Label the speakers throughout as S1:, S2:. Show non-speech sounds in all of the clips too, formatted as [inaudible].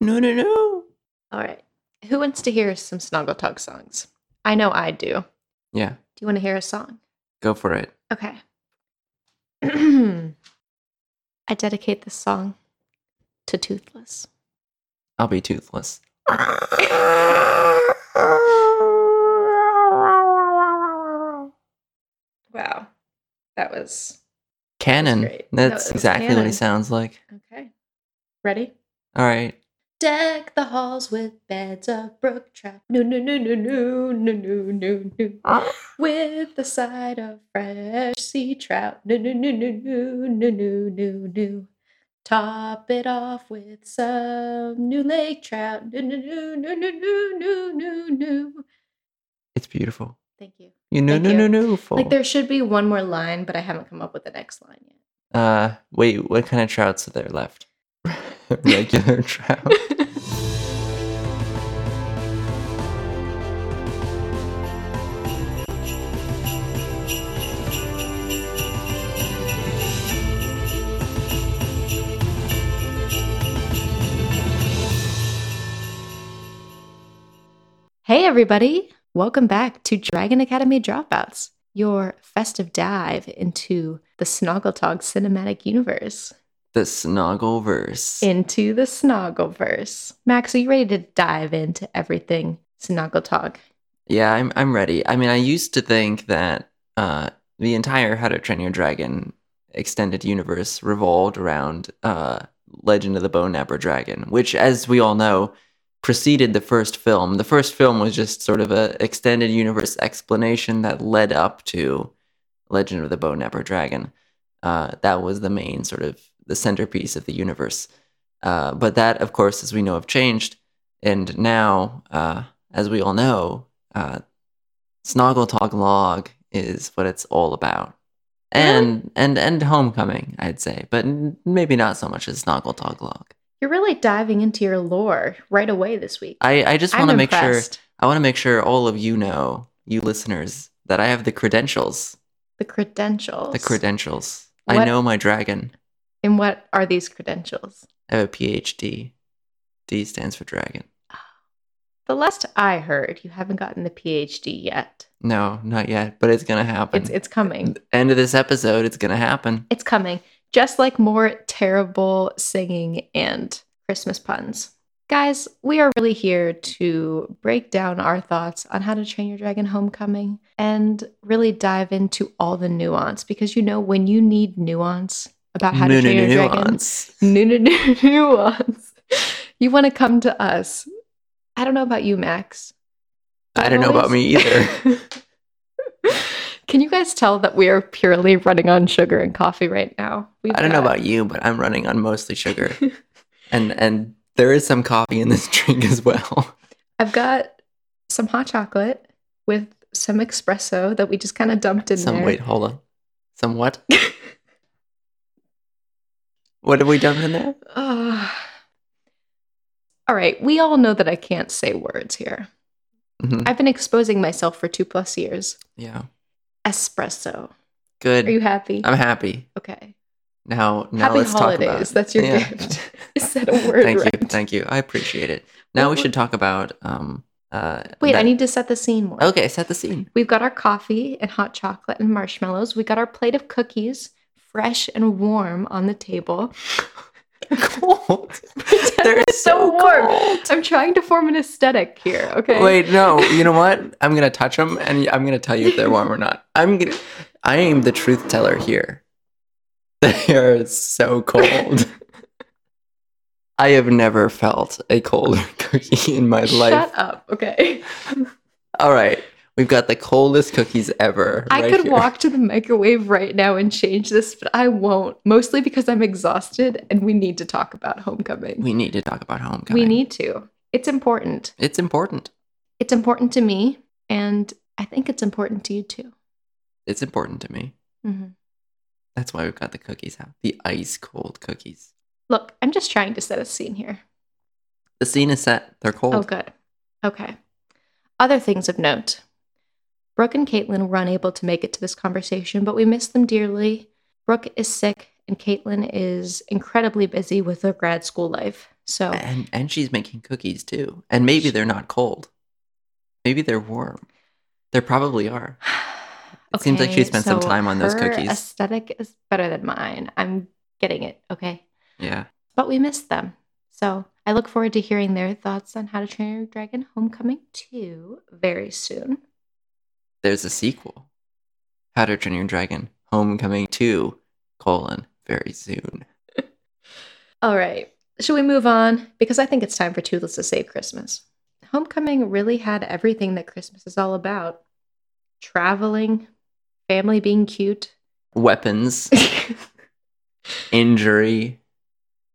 S1: No, no, no.
S2: All right. Who wants to hear some Snuggle Tug songs? I know I do. Do
S1: Yeah,
S2: you want to hear a song?
S1: go for it.
S2: Okay. [clears throat] I dedicate this song to Toothless.
S1: I'll be toothless.
S2: Wow. That was
S1: Cannon.
S2: great.
S1: That's,
S2: That was
S1: exactly what
S2: Cannon.
S1: he sounds like.
S2: okay. Ready?
S1: All right.
S2: Deck the halls with beds of brook trout. No, no, no, no, no, no, no, no, no. with the side of fresh sea trout. No, no, no, no, no, no, no, no, no. Top it off with some new lake trout. No, no, no, no, no, no, no, no, no.
S1: It's beautiful.
S2: Thank you.
S1: You know,
S2: Thank
S1: no,
S2: you.
S1: no, no. Full.
S2: Like there should be one more line, but I haven't come up with the next line yet.
S1: Uh, wait, what kind of trouts are there left? [laughs] Regular trout.
S2: Hey, everybody! Welcome back to Dragon Academy Dropouts, your festive dive into the Snoggletog cinematic universe,
S1: The snoggle verse.
S2: into the Snoggleverse. Max, are you ready to dive into everything Snoggletog?
S1: Yeah, I'm I'm ready. I mean, I used to think that uh, the entire How to Train Your Dragon extended universe revolved around uh, Legend of the Bone Napper Dragon, which, as we all know, preceded the first film. The first film was just sort of a extended universe explanation that led up to Legend of the Bone Napper Dragon. Uh, that was the main sort of the centerpiece of the universe. Uh, but that, of course, as we know, have changed, and now, uh, as we all know, uh, Snoggle Talk Log is what it's all about. And and and homecoming, I'd say, but n- maybe not so much as Snoggle Talk Log.
S2: You're really diving into your lore right away this week.
S1: I, I just want to
S2: I'm
S1: make sure
S2: impressed.
S1: I want to make sure all of you know, you listeners, that I have the credentials.
S2: the credentials.
S1: The credentials. I
S2: What-
S1: know my dragon.
S2: And what are these credentials?
S1: I have a PhD. D stands for dragon.
S2: The last I heard, you haven't gotten the PhD yet.
S1: No, not yet, but it's gonna happen.
S2: It's it's coming.
S1: End of this episode, it's gonna happen.
S2: It's coming. Just like more terrible singing and Christmas puns. Guys, we are really here to break down our thoughts on how to train your dragon homecoming and really dive into all the nuance because you know when you need nuance about how
S1: Nu-
S2: to
S1: nu-
S2: train your dragon,
S1: nuance.
S2: no, no, [laughs] no, nuance. You want to come to us. I don't know about you, Max. but
S1: I don't know about me either.
S2: [laughs] Can you guys tell that we are purely running on sugar and coffee right now? We've
S1: I don't know
S2: got-
S1: about you, but I'm running on mostly sugar, and and there is some coffee in this [laughs] drink as well.
S2: [laughs] I've got some hot chocolate with some espresso that we just kind of dumped in
S1: some
S2: there.
S1: wait, hold on, some what? what have we dumped in
S2: [laughs]
S1: there?
S2: Ugh. all right, we all know that I can't say words here.
S1: Mhm.
S2: I've been exposing myself for two plus years.
S1: Yeah,
S2: Espresso.
S1: good.
S2: Are you happy?
S1: I'm happy
S2: okay.
S1: now. Now
S2: Happy
S1: let's talk about.
S2: holidays. [laughs] That's your
S1: Yeah.
S2: gift.
S1: [laughs]
S2: Is that a word?
S1: thank
S2: right?
S1: you, thank you. I appreciate it. Now
S2: What-
S1: we should talk about. Um, uh,
S2: Wait, I
S1: that-
S2: need to set the scene more.
S1: Okay, set the
S2: [laughs]
S1: scene.
S2: We've got our coffee and hot chocolate and marshmallows. We got our plate of cookies, fresh and warm on the table. [laughs]
S1: [laughs] Cold.
S2: They're so warm.
S1: cold.
S2: I'm trying to form an aesthetic here, okay?
S1: Wait, no. You know what? I'm gonna touch them, and I'm gonna tell you if they're warm or not. I'm gonna. I am the truth teller here. [laughs] They are so
S2: [laughs]
S1: cold. I have never felt a colder [laughs] cookie in my life.
S2: Shut up,
S1: [laughs]
S2: okay?
S1: All right, we've got the coldest cookies ever.
S2: I
S1: right
S2: could
S1: here.
S2: walk to the microwave right now and change this, but I won't, mostly because I'm exhausted and we need to talk about homecoming.
S1: We need to talk about homecoming.
S2: we need to. It's important.
S1: It's important.
S2: It's important to me, and I think it's important to you too.
S1: It's important to me.
S2: hmm
S1: That's why we've got the cookies out. The ice cold cookies.
S2: Look, I'm just trying to set a scene here.
S1: The scene is set. They're cold.
S2: Oh, good. Okay. Other things of note Brooke and Caitlin were unable to make it to this conversation, but we miss them dearly. Brooke is sick, and Caitlin is incredibly busy with her grad school life.
S1: [sighs]
S2: So
S1: And and she's making cookies too. And maybe they're not cold. Maybe they're warm. There probably are. It seems like she spent some time on those
S2: her
S1: cookies.
S2: Aesthetic is better than mine. I'm getting it. Okay.
S1: Yeah.
S2: But we missed them. So I look forward to hearing their thoughts on How to Train Your Dragon Homecoming 2 very soon.
S1: There's a sequel. How to Train Your Dragon Homecoming 2 colon very soon.
S2: All right. Should we move on? Because I think it's time for Toothless to save Christmas. Homecoming really had everything that Christmas is all about traveling, family being cute. [laughs]
S1: Weapons, injury,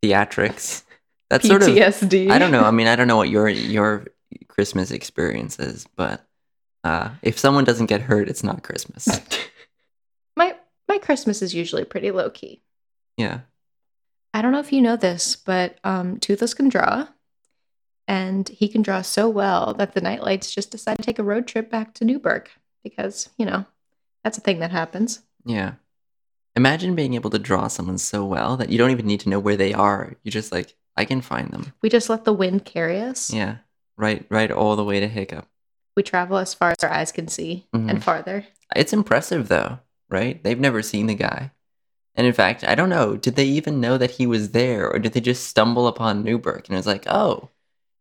S1: theatrics. That's sort of
S2: PTSD.
S1: I don't know. I mean, I don't know what your your Christmas experience is, but uh, if someone doesn't get hurt, it's not Christmas.
S2: [laughs] my my Christmas is usually pretty low key.
S1: yeah.
S2: I don't know if you know this, but um, Toothless can draw, and he can draw so well that the Nightlights just decided to take a road trip back to Newburgh because you know that's a thing that happens.
S1: Yeah. Imagine being able to draw someone so well that you don't even need to know where they are. You're just like, I can find them.
S2: We just let the wind carry us.
S1: Yeah. Right right all the way to Hiccup.
S2: We travel as far as our eyes can see and
S1: Mhm.
S2: farther.
S1: It's impressive though, right? They've never seen the guy. And in fact, I don't know, did they even know that he was there or did they just stumble upon Newberg? And it was like, oh,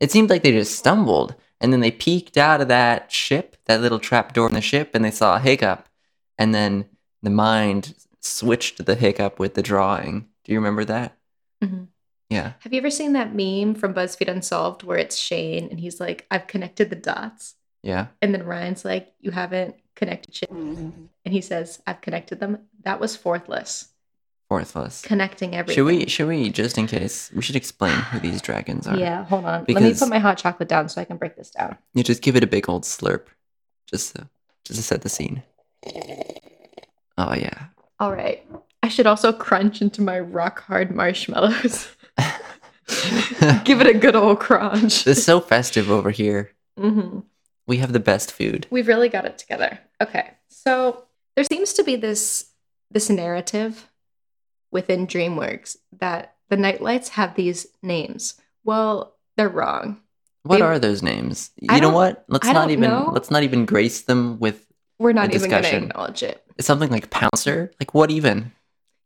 S1: it seemed like they just stumbled and then they peeked out of that ship, that little trap door in the ship, and they saw a hiccup. And then the mind switched the hiccup with the drawing. Do you remember that?
S2: Mhm.
S1: Yeah.
S2: Have you ever seen that meme from BuzzFeed Unsolved where it's Shane and he's like, "I've connected the dots,"
S1: Yeah.
S2: and then Ryan's like, "You haven't connected shit," and he says, "I've connected them." That was fourthless,
S1: Worthless.
S2: connecting everything.
S1: Should we should we just in case we should explain who these dragons are?
S2: Yeah, hold on. Let me
S1: Because-
S2: put my hot chocolate down so I can break this down.
S1: You just give it a big old slurp, just to, just to set the scene. Oh yeah,
S2: All right. I should also crunch into my rock hard marshmallows. [laughs] Give it a good old
S1: [laughs]
S2: crunch.
S1: it's so festive over here.
S2: hmm
S1: We have the best food.
S2: We've really got it together. Okay. So there seems to be this this narrative within DreamWorks that the Nightlights have these names. Well, they're wrong.
S1: What
S2: They-
S1: are those names? You
S2: I
S1: know
S2: don't-
S1: what? Let's
S2: I
S1: not
S2: don't
S1: even
S2: know.
S1: let's not even grace them with
S2: We're not
S1: A
S2: even going to
S1: discussion.
S2: acknowledge it.
S1: something like Pouncer. Like what even?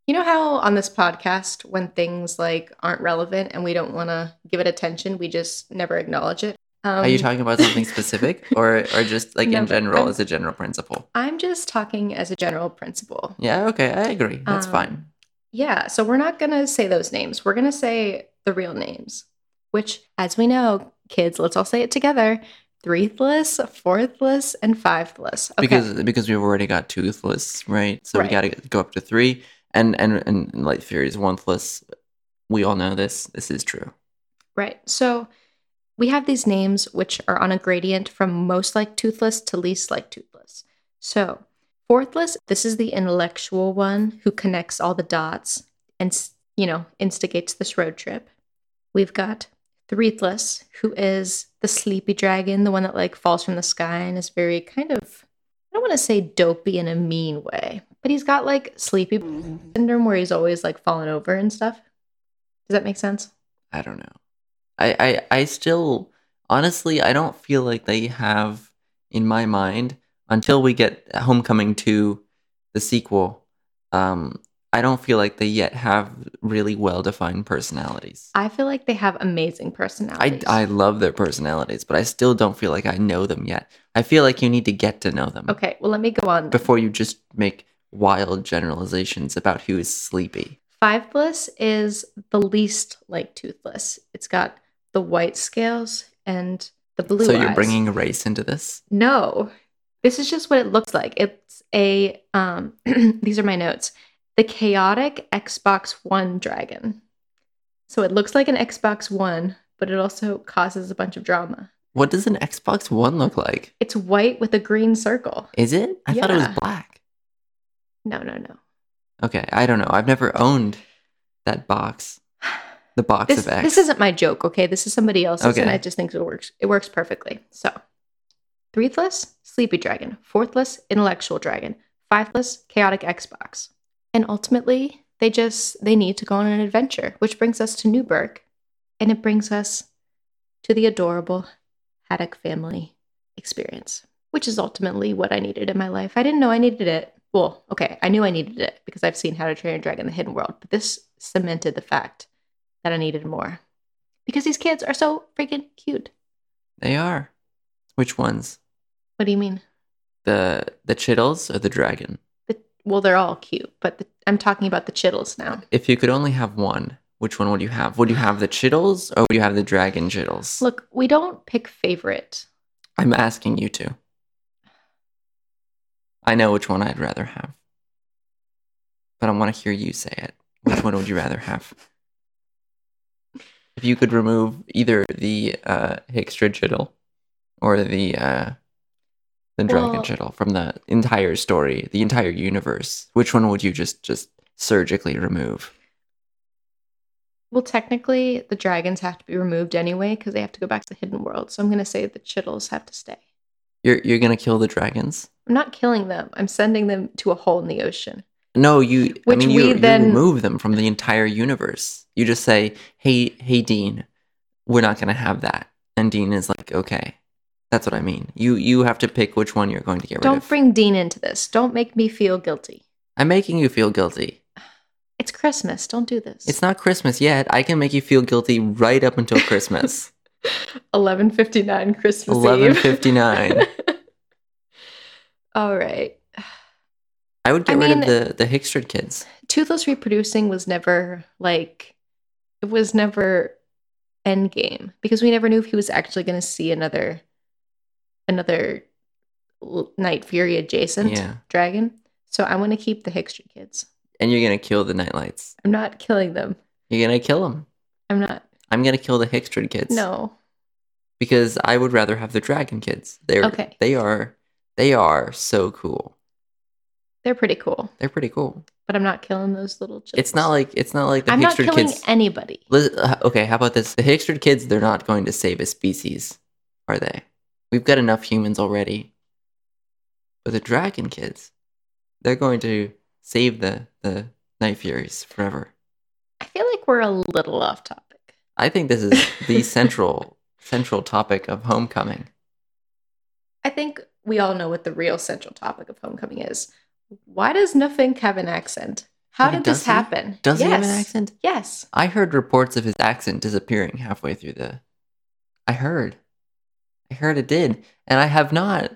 S2: You know how on this podcast, when things like aren't relevant and we don't want to give it attention, we just never acknowledge it. Um,
S1: are you talking about something specific, or or just like
S2: [laughs] No,
S1: in
S2: but
S1: general
S2: I'm-
S1: as a general principle?
S2: I'm just talking as a general principle.
S1: Yeah. Okay, I agree. That's
S2: Um,
S1: fine.
S2: Yeah, so we're not going to say those names. We're going to say the real names, which, as we know, kids, let's all say it together threethless, fourthless, and fivethless. Okay.
S1: because because we've already got toothless, right? So
S2: Right.
S1: we got to go up to three, and and and Light Fury is onethless. We all know this. This is true.
S2: right. So we have these names which are on a gradient from most like toothless to least like toothless. So, fourthless, this is the intellectual one who connects all the dots and, s- you know, instigates this road trip. We've got Threethless, who is the sleepy dragon, the one that like falls from the sky and is very kind of, I don't want to say dopey in a mean way, but he's got like sleepy syndrome where he's always like falling over and stuff. Does that make sense?
S1: I don't know. I I I still honestly I don't feel like they have in my mind until we get Homecoming to the sequel. Um, I don't feel like they yet have really well defined personalities.
S2: I feel like they have amazing
S1: I,
S2: personalities.
S1: I love their personalities, but I still don't feel like I know them yet. I feel like you need to get to know them.
S2: okay, well, let me go on.
S1: before you just make wild generalizations about who is sleepy.
S2: Fiveless is the least like toothless. It's got the white scales and the blue.
S1: so you're
S2: eyes.
S1: bringing race into this?
S2: No, this is just what it looks like. It's a um. [clears throat] these are my notes. The chaotic Xbox One dragon. So it looks like an Xbox One, but it also causes a bunch of drama.
S1: What does an Xbox One look like?
S2: It's white with a green circle.
S1: Is it? I thought it was
S2: Yeah.
S1: black.
S2: No, no, no.
S1: Okay, I don't know. I've never owned that box, the box
S2: This,
S1: of X.
S2: this isn't my joke, okay? This is somebody else's, and
S1: Okay.
S2: I just think it works. It works perfectly. So, threethless, sleepy dragon. Fourthless, intellectual dragon. Fiveless, chaotic Xbox. And ultimately, they just they need to go on an adventure, which brings us to Newburgh, And it brings us to the adorable Haddock family experience, which is ultimately what I needed in my life. I didn't know I needed it. Well, okay, I knew I needed it because I've seen How to Train Your Dragon: The Hidden World, but this cemented the fact that I needed more because these kids are so freaking cute.
S1: They are. Which ones?
S2: What do you mean?
S1: The the Chittles or the dragon?
S2: The, well, they're all cute, but the, I'm talking about the Chittles now.
S1: If you could only have one, which one would you have? Would you have the Chittles or would you have the dragon Chittles?
S2: Look, we don't pick favorite.
S1: I'm asking you to. I know which one I'd rather have. But I want to hear you say it. Which one would you rather have? If you could remove either the uh, Hickstra Chittle or the uh, the Dragon
S2: Well-
S1: Chittle from the entire story, the entire universe, which one would you just just surgically remove?
S2: Well, technically, the dragons have to be removed anyway because they have to go back to the hidden world. So I'm going to say the Chittles have to stay.
S1: You're you're gonna kill the dragons?
S2: I'm not killing them. I'm sending them to a hole in the ocean.
S1: No, you.
S2: Which
S1: I mean,
S2: we
S1: you,
S2: then-
S1: you remove them from the entire universe. You just say, "Hey, hey, Dean, we're not going to have that." And Dean is like, "Okay." That's what I mean. You you have to pick which one you're going to get rid
S2: Don't
S1: of.
S2: bring Dean into this. Don't make me feel guilty.
S1: I'm making you feel guilty.
S2: It's Christmas. Don't do this.
S1: It's not Christmas yet. I can make you feel guilty right up until
S2: [laughs]
S1: Christmas.
S2: 1159 Christmas Eve.
S1: 11:59.
S2: [laughs] All right.
S1: I would
S2: I
S1: get rid
S2: mean-
S1: of the the Hickstred kids.
S2: Toothless reproducing was never like it was never end game because we never knew if he was actually going to see another another l- Night Fury adjacent
S1: Yeah.
S2: dragon. So I want to keep the Hickster kids.
S1: And you're gonna kill the Nightlights.
S2: I'm not killing them.
S1: You're gonna kill them.
S2: I'm not.
S1: I'm gonna kill the Hickstred kids.
S2: No.
S1: because I would rather have the dragon kids. They're
S2: Okay.
S1: they are they are so cool.
S2: They're pretty cool,
S1: They're pretty cool.
S2: but I'm not killing those little children.
S1: It's not like it's not like the
S2: I'm not
S1: Hickster
S2: killing
S1: kids.
S2: anybody.
S1: Li- uh, okay, how about this? The Hickster kids, they're not going to save a species, are they? We've got enough humans already. But the dragon kids, they're going to save the the night furies forever.
S2: I feel like we're a little off topic.
S1: I think this is
S2: [laughs]
S1: the central central topic of homecoming.
S2: I think we all know what the real central topic of homecoming is. Why does Nufink have an accent? How
S1: He
S2: did this
S1: doesn't?
S2: happen?
S1: Does
S2: yes.
S1: he have an accent?
S2: Yes.
S1: I heard reports of his accent disappearing halfway through the. I heard. I heard it did. And I have not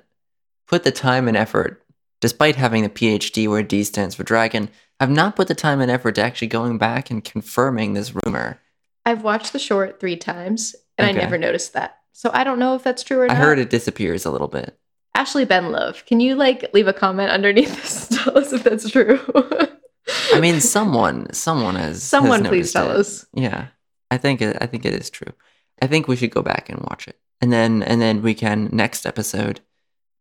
S1: put the time and effort, despite having the PhD where D stands for dragon, I've not put the time and effort to actually going back and confirming this rumor.
S2: I've watched the short three times and
S1: Okay.
S2: I never noticed that. So I don't know if that's true or
S1: I
S2: not.
S1: heard it disappears a little bit.
S2: Ashley Benlove, can you like leave a comment underneath this? [laughs] and Tell us if that's
S1: [laughs]
S2: true.
S1: I mean, someone, someone has. has
S2: someone please
S1: noticed
S2: tell
S1: it.
S2: us.
S1: Yeah, I think it, I think it is true. I think we should go back and watch it, and then and then we can next episode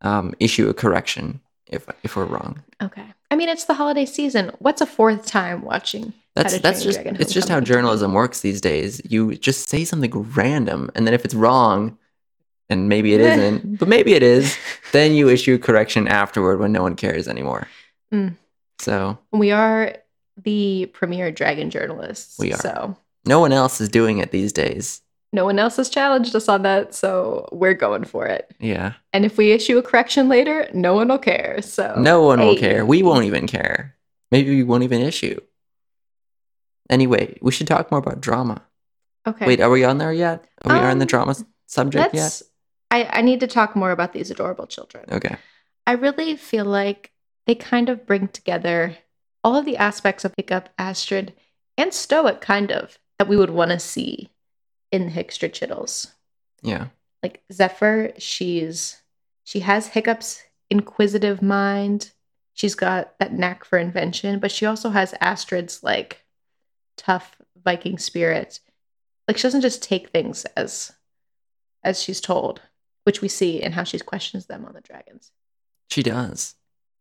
S1: um, issue a correction if if we're wrong.
S2: Okay. I mean, it's the holiday season. What's a fourth time watching? How
S1: That's
S2: to Train
S1: that's
S2: Your
S1: just
S2: Dragon
S1: it's just how
S2: Homecoming?
S1: journalism works these days. You just say something random, and then if it's wrong, and maybe
S2: [laughs]
S1: it isn't, but maybe it is, then you issue a correction afterward when no one cares anymore.
S2: Mm.
S1: So
S2: We are the premier dragon journalists.
S1: We are.
S2: So
S1: no one else is doing it these days.
S2: no one else has challenged us on that, so we're going for it.
S1: Yeah,
S2: And if we issue a correction later, no one will care. So
S1: no one will
S2: Oh, hey.
S1: care. We won't even care. Maybe we won't even issue. Anyway, we should talk more about drama.
S2: okay.
S1: Wait, are we on there yet? Are we on the
S2: Um,
S1: drama s- subject
S2: let's. I I need to talk more about these adorable children.
S1: yet? Okay.
S2: I really feel like they kind of bring together all of the aspects of Hiccup, Astrid, and Stoic, kind of that we would want to see in Hickster Chittles.
S1: Yeah.
S2: like Zephyr, she's she has Hiccup's inquisitive mind. She's got that knack for invention, but she also has Astrid's like tough Viking spirit. Like she doesn't just take things as as she's told, which we see in how she questions them on the dragons.
S1: She does.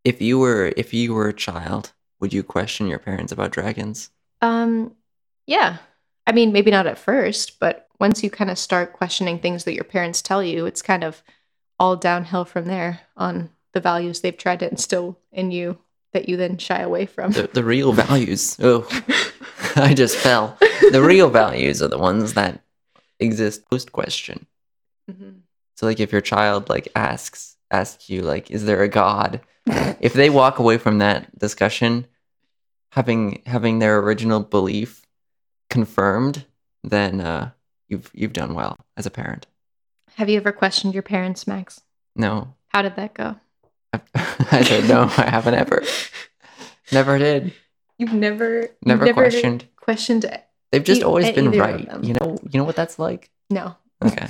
S1: If you were if you were a child, would you question your parents about dragons?
S2: Um yeah. I mean, maybe not at first, but once you kind of start questioning things that your parents tell you, it's kind of all downhill from there on the values they've tried to instill in you that you then shy away from. [laughs]
S1: The, [laughs] the real values. Oh, I just fell. The real values are the ones that exist post question.
S2: Mhm.
S1: So like if your child like asks asks you like is there a god? if they walk away from that discussion having having their original belief confirmed, then uh you've you've done well as a parent.
S2: Have you ever questioned your parents, Max?
S1: No.
S2: How did that go?
S1: I, [laughs] I said no, I haven't ever. Never did.
S2: You've never
S1: Never, questioned.
S2: questioned it.
S1: They've just
S2: e-
S1: always
S2: at
S1: been
S2: either of
S1: right.
S2: them.
S1: You know you know what that's like?
S2: No.
S1: Okay.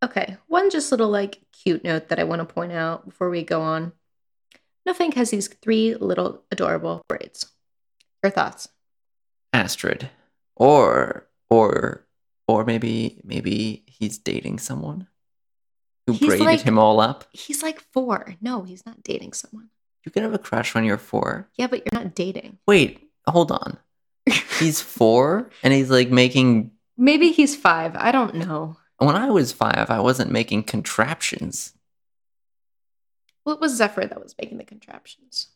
S2: Okay, one just little like cute note that I want to point out before we go on. Nothing has these three little adorable braids. Your thoughts?
S1: Astrid, or or or maybe maybe he's dating someone who
S2: He's
S1: braided
S2: like-
S1: him all up.
S2: He's like four. No, he's not dating someone.
S1: You could have a crush when you're four.
S2: Yeah, but you're not dating.
S1: Wait, hold on. He's four, and he's like making.
S2: [laughs] Maybe he's five. I don't know.
S1: When I was five, I wasn't making contraptions.
S2: Well, it was Zephyr that was making the contraptions.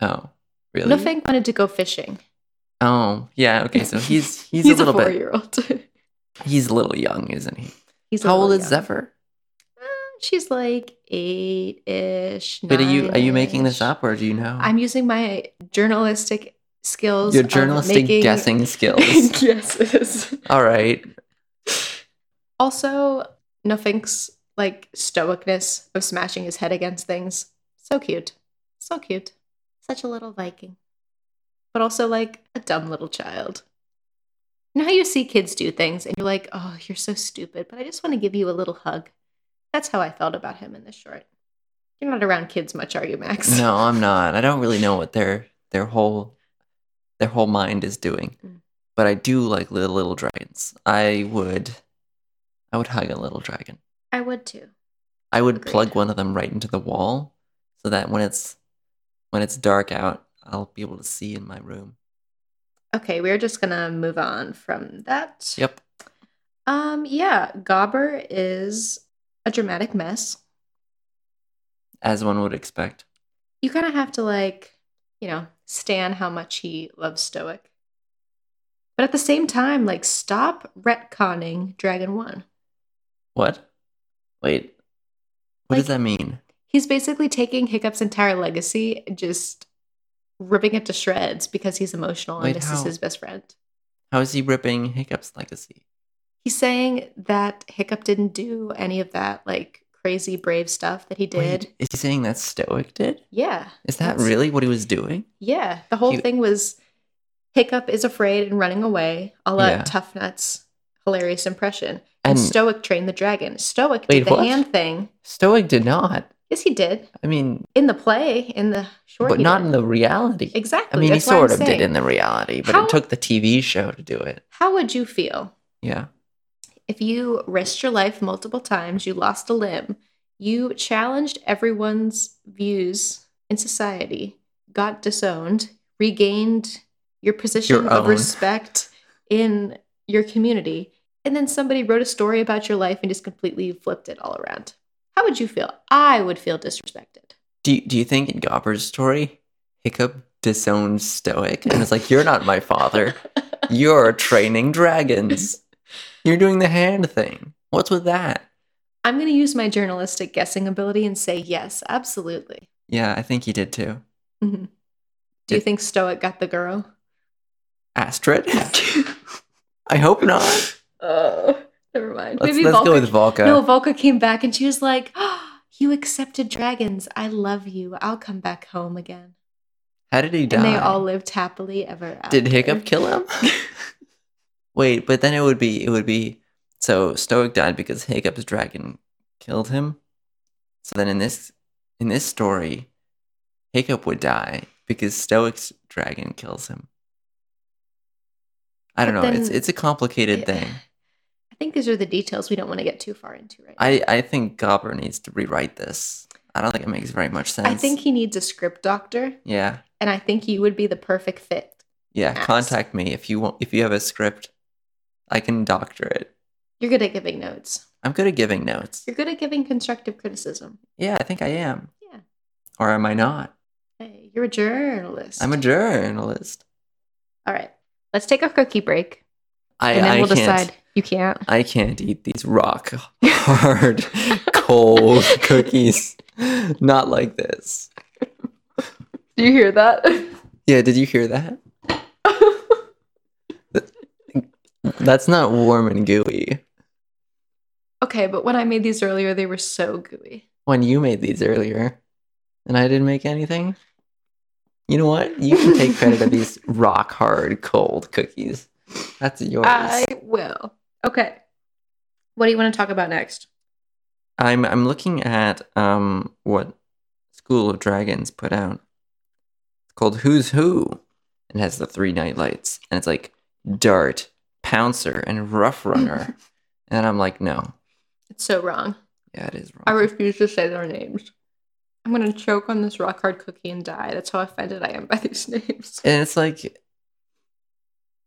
S1: Oh, really?
S2: Nothing wanted to go fishing.
S1: Oh, yeah. Okay,
S2: [laughs]
S1: so he's he's, a little bit.
S2: four-year-old. [laughs]
S1: He's a little young, isn't he?
S2: he's a
S1: How
S2: little
S1: old is
S2: young.
S1: Zephyr?
S2: Uh, she's like eight-ish.
S1: But are you are you making this
S2: nine-ish.
S1: up, or do you know?
S2: I'm using my journalistic skills.
S1: your
S2: of
S1: journalistic
S2: making- [laughs]
S1: guessing skills.
S2: guesses.
S1: all right.
S2: Also, Nothing's like stoicness of smashing his head against things. So cute. So cute. Such a little Viking. But also like a dumb little child. You know how you see kids do things and you're like, oh, you're so stupid, but I just want to give you a little hug. That's how I felt about him in this short. You're not around kids much, are you, Max?
S1: No, I'm not. I don't really know what their their whole their whole mind is doing.
S2: Mm.
S1: But I do like little little dragons. I would I would hug a little dragon.
S2: I would too.
S1: I would
S2: Agreed.
S1: plug one of them right into the wall so that when it's when it's dark out, I'll be able to see in my room.
S2: Okay, we're just gonna move on from that.
S1: Yep.
S2: Um, yeah, Gobber is a dramatic mess.
S1: As one would expect.
S2: You kind of have to like, you know, stand how much he loves Stoic. But at the same time, like stop retconning Dragon One.
S1: What? Wait. What does
S2: Like-
S1: that mean?
S2: He's basically taking Hiccup's entire legacy and just ripping it to shreds because he's emotional and
S1: Wait,
S2: misses
S1: how?
S2: his best friend.
S1: How is he ripping Hiccup's legacy?
S2: He's saying that Hiccup didn't do any of that like crazy brave stuff that he
S1: Wait,
S2: did.
S1: is he saying that Stoic did?
S2: Yeah.
S1: Is that
S2: That's-
S1: really what he was doing?
S2: Yeah, the whole
S1: You-
S2: thing was Hiccup is afraid and running away, a la
S1: Yeah.
S2: Tough Nut's hilarious impression.
S1: And-
S2: And, Stoic trained the dragon. Stoic
S1: Wait,
S2: did the
S1: what?
S2: hand thing.
S1: Stoic did not.
S2: Yes, he did
S1: I mean,
S2: in the play, in the short,
S1: but
S2: he
S1: not
S2: did.
S1: in the reality. I
S2: exactly.
S1: mean, he
S2: that's what I'm
S1: sort of did
S2: saying.
S1: in the reality, but
S2: How-
S1: it took the TV show to do it.
S2: How would you feel
S1: Yeah.
S2: if you risked your life multiple times? You lost a limb. You challenged everyone's views in society. Got disowned. Regained your position
S1: Your
S2: of
S1: own.
S2: respect in your community. And then somebody wrote a story about your life and just completely flipped it all around. How would you feel? I would feel disrespected.
S1: Do you, do you think in Gopper's story, Hiccup disowned Stoic and it's like, you're not my [laughs] father. You're training dragons. You're doing the hand thing. What's with that?
S2: I'm going to use my journalistic guessing ability and say yes, absolutely.
S1: Yeah, I think he did too.
S2: Mhm. Do you
S1: It-
S2: think Stoic got the girl?
S1: [laughs] Astrid? I hope not.
S2: Oh, never mind.
S1: Let's,
S2: Maybe
S1: let's
S2: Volca.
S1: go with Volca.
S2: no, Volca came back and she was like, [gasps] "Ah, "You accepted dragons. I love you. I'll come back home again."
S1: How did he die?
S2: And they all lived happily ever after.
S1: Did Hiccup kill
S2: [laughs]
S1: him? Wait, but then it would be it would be so Stoic died because Hiccup's dragon killed him. So then in this in this story, Hiccup would die because Stoic's dragon kills him. I don't
S2: But
S1: know. It's
S2: then-
S1: it's a complicated
S2: Yeah.
S1: thing.
S2: I think these are the details we don't want to get too far into right now.
S1: I I think Gobber needs to rewrite this. I don't think it makes very much sense.
S2: I think he needs a script doctor,
S1: yeah
S2: and I think you would be the perfect fit.
S1: yeah.
S2: Yes.
S1: Contact me if you want if you have a script. I can doctor it.
S2: You're good at giving notes.
S1: I'm good at giving notes.
S2: You're good at giving constructive criticism.
S1: Yeah, I think I am.
S2: Yeah.
S1: Or am I not?
S2: Hey, you're a journalist.
S1: I'm a journalist.
S2: All right, let's take a cookie break,
S1: I,
S2: and then
S1: I
S2: we'll
S1: can't.
S2: decide. You can't.
S1: I can't eat these rock
S2: [laughs]
S1: hard cold cookies. Not like this.
S2: Do you hear that? [laughs]
S1: Yeah, did you hear that? That's not warm and gooey.
S2: okay, but when I made these earlier, they were so gooey.
S1: When you made these earlier, and I didn't make anything. You know what? You can take credit of
S2: [laughs]
S1: these rock hard cold cookies. That's yours.
S2: I will. Okay. What do you want to talk about next?
S1: I'm I'm looking at um what School of Dragons put out. It's called Who's Who, and has the three nightlights, and it's like Dart, Pouncer, and Rough Runner, and I'm like, no,
S2: It's so wrong.
S1: yeah, it is wrong.
S2: I refuse to say their names. I'm gonna choke on this rock hard cookie and die. That's how offended I am by these [laughs] names.
S1: and it's like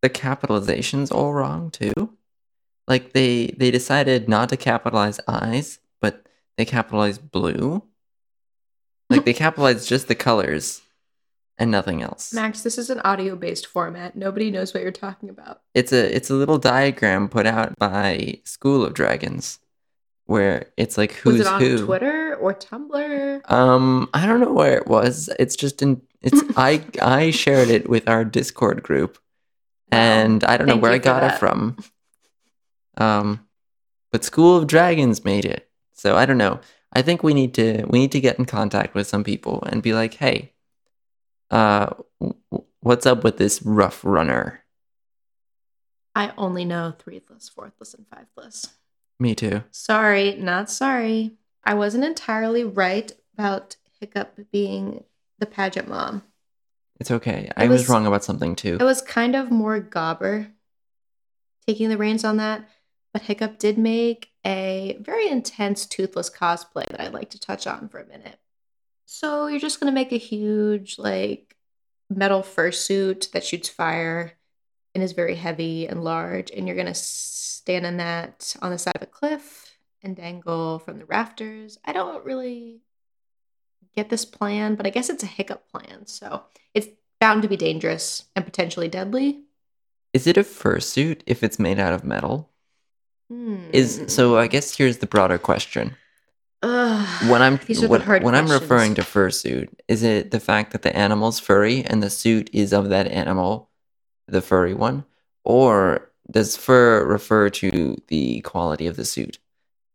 S1: the capitalization's all wrong too. Like they they decided not to capitalize eyes, but they capitalize blue. Like they capitalize just the colors and nothing else.
S2: Max, this is an audio based format. Nobody knows what you're talking about.
S1: it's a it's a little diagram put out by School of Dragons where it's like who's
S2: Was it on
S1: who.
S2: Twitter or Tumblr?
S1: Um, I don't know where it was. It's just in
S2: [laughs]
S1: it's I I shared it with our Discord group, and I don't know
S2: Thank
S1: where
S2: you
S1: I
S2: for
S1: got it
S2: that.
S1: from. Um, but School of Dragons made it, so I don't know. I think we need to we need to get in contact with some people and be like, hey, uh, w- w- what's up with this rough runner?
S2: I only know three lists, fourth list, and five lists.
S1: Me too.
S2: Sorry, not sorry. I wasn't entirely right about Hiccup being the pageant mom.
S1: It's okay.
S2: I
S1: I was,
S2: was-
S1: wrong about something too.
S2: It was kind of more Gobber taking the reins on that, but Hiccup did make a very intense toothless cosplay that I'd like to touch on for a minute. So you're just gonna make a huge like metal fursuit that shoots fire and is very heavy and large, and you're gonna stand in that on the side of a cliff and dangle from the rafters. I don't really get this plan, but I guess it's a hiccup plan, so it's bound to be dangerous and potentially deadly.
S1: Is it a fursuit if it's made out of metal?
S2: Hmm.
S1: Is so? I guess here's the broader question.
S2: Ugh.
S1: when I'm
S2: These are the
S1: when,
S2: hard
S1: when I'm
S2: questions.
S1: referring to fursuit, is it the fact that the animal's furry and the suit is of that animal, the furry one, or does fur refer to the quality of the suit?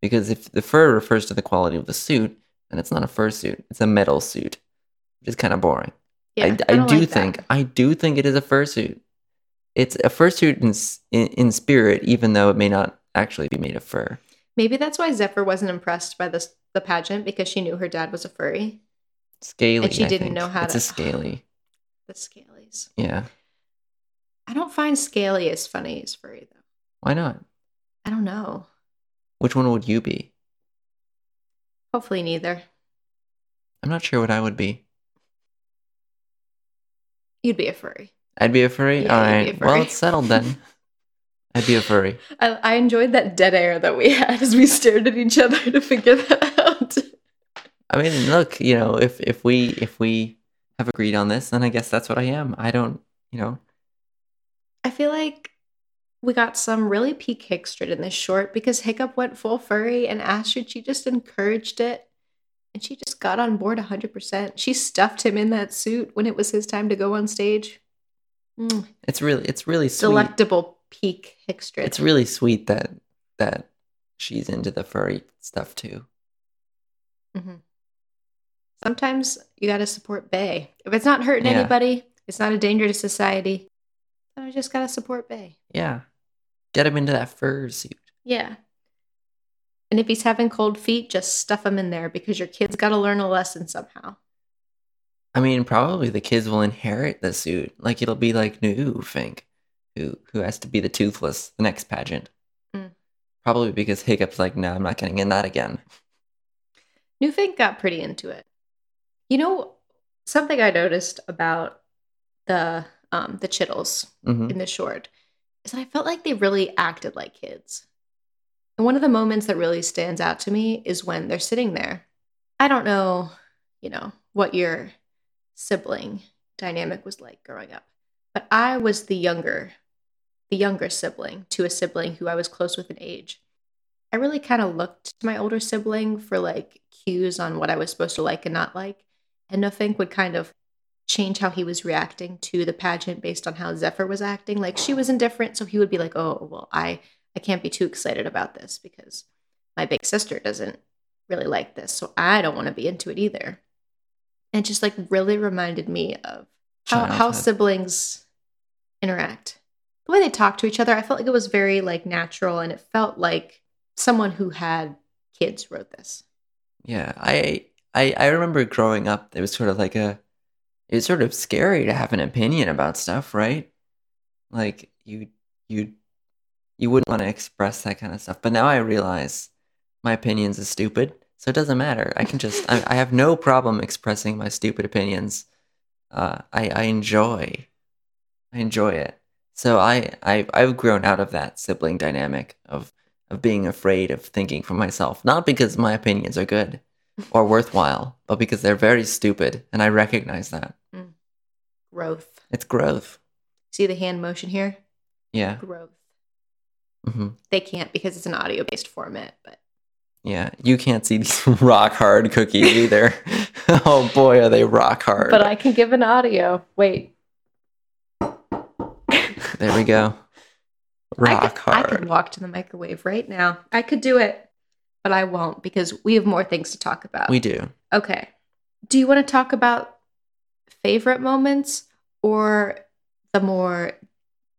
S1: Because if the fur refers to the quality of the suit, then it's not a fursuit; it's a metal suit, which is kind of boring.
S2: Yeah,
S1: I, I
S2: don't
S1: do
S2: like that.
S1: think I do think it is a fursuit. It's a fursuit in, s- in in spirit, even though it may not actually be made of fur.
S2: maybe that's why Zephyr wasn't impressed by this the pageant because she knew her dad was a furry.
S1: Scaly,
S2: she
S1: I
S2: didn't
S1: think.
S2: know how
S1: it's
S2: [sighs] to-
S1: a scaly.
S2: The Scalies.
S1: Yeah,
S2: I don't find Scaly as funny as furry though.
S1: why not?
S2: I don't know.
S1: Which one would you be?
S2: Hopefully neither.
S1: I'm not sure what I would be.
S2: You'd be a furry.
S1: I'd be a furry.
S2: Yeah,
S1: All
S2: you'd
S1: right.
S2: be a
S1: Well,
S2: furry.
S1: it's settled then.
S2: [laughs]
S1: I'd be a furry.
S2: I, I enjoyed that dead air that we had as we stared at each other to figure that out.
S1: I mean, look, you know, if if we if we have agreed on this, then I guess that's what I am. I don't, you know,
S2: I feel like we got some really peak Hickstrid in this short because Hiccup went full furry and Astrid, she just encouraged it. And she just got on board 100%. She stuffed him in that suit when it was his time to go on stage. Mm,
S1: it's really it's really sweet.
S2: delectable peak Hickstrid.
S1: It's really sweet that that she's into the furry stuff too.
S2: Mm-hmm. Sometimes you got to support Bay. If it's not hurting
S1: Yeah.
S2: anybody, it's not a danger to society. Then I just got to support Bay.
S1: Yeah. Get him into that fur suit.
S2: Yeah. And if he's having cold feet, just stuff him in there because your kid's got to learn a lesson somehow.
S1: I mean, probably the kids will inherit the suit. Like it'll be like new Fink, who who has to be the toothless the next pageant.
S2: Mm.
S1: Probably because Hiccup's like, no, I'm not getting in that again.
S2: Newfink got pretty into it. You know, something I noticed about the um, the Chittles
S1: hmm
S2: in the short is that I felt like they really acted like kids. And one of the moments that really stands out to me is when they're sitting there. I don't know, you know, what your sibling dynamic was like growing up, but I was the younger the younger sibling to a sibling who I was close with in age. I really kind of looked to my older sibling for like cues on what I was supposed to like and not like. And Nothink would kind of change how he was reacting to the pageant based on how Zephyr was acting. Like she was indifferent, so he would be like, "Oh, well, I I can't be too excited about this because my big sister doesn't really like this, so I don't want to be into it either." And just like really reminded me of how how
S1: Childhood.
S2: siblings interact. The way they talk to each other, I felt like it was very like natural and it felt like someone who had kids wrote this.
S1: Yeah, I, I I remember growing up. It was sort of like a, it's sort of scary to have an opinion about stuff, right? Like you you you wouldn't want to express that kind of stuff. But now I realize my opinions are stupid, so it doesn't matter. I can just I, I have no problem expressing my stupid opinions. Uh, I I enjoy, I enjoy it. So I I I've grown out of that sibling dynamic of of being afraid of thinking for myself, not because my opinions are good or worthwhile, but because they're very stupid, and I recognize that.
S2: Growth.
S1: It's growth.
S2: See the hand motion here?
S1: Yeah.
S2: Growth.
S1: hmm
S2: They can't because it's an audio based format, but
S1: Yeah. You can't see these [laughs] rock hard cookies either. [laughs] oh boy, are they rock hard.
S2: but I can give an audio. Wait,
S1: there we go. Rock
S2: I could, I
S1: hard.
S2: could walk to the microwave right now. I could do it, but I won't because we have more things to talk about.
S1: we do.
S2: Okay. Do you want to talk about favorite moments or the more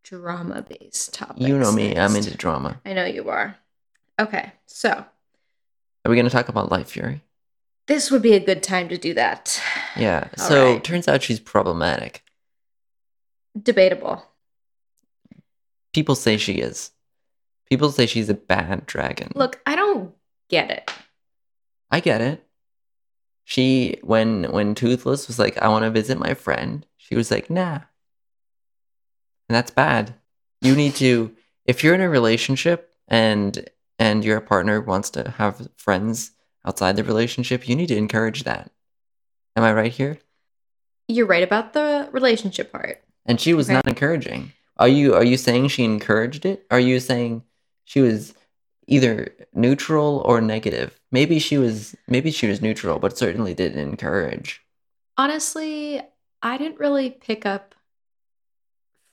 S2: drama based topics?
S1: You know me. I'm
S2: next?
S1: into drama.
S2: I know you are. Okay. So
S1: Are we going to talk about Life Fury?
S2: this would be a good time to do that.
S1: Yeah.
S2: All
S1: so
S2: right.
S1: turns out she's problematic.
S2: Debatable.
S1: People say she is. People say she's a bad dragon.
S2: Look, I don't get it.
S1: I get it. She when when Toothless was like, I want to visit my friend, she was like, nah. And that's bad. You need to if you're in a relationship and and your partner wants to have friends outside the relationship, you need to encourage that. Am I right here?
S2: You're right about the relationship part.
S1: And she was not encouraging. Are you are you saying she encouraged it? Are you saying she was either neutral or negative? Maybe she was maybe she was neutral, but certainly didn't encourage.
S2: Honestly, I didn't really pick up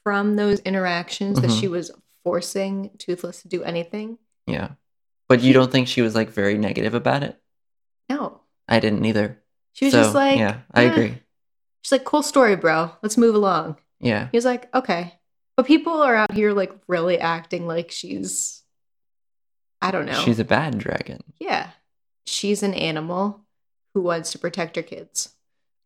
S2: from those interactions that
S1: Mhm.
S2: she was forcing Toothless to do anything.
S1: Yeah. But you don't think she was like very negative about it?
S2: No.
S1: I didn't either.
S2: She was
S1: So,
S2: just like,
S1: yeah, I
S2: "Eh."
S1: agree.
S2: She's like, cool story, bro. Let's move along.
S1: Yeah.
S2: He was like, okay. But people are out here like really acting like she's, I don't know.
S1: She's a bad dragon.
S2: yeah. She's an animal who wants to protect her kids.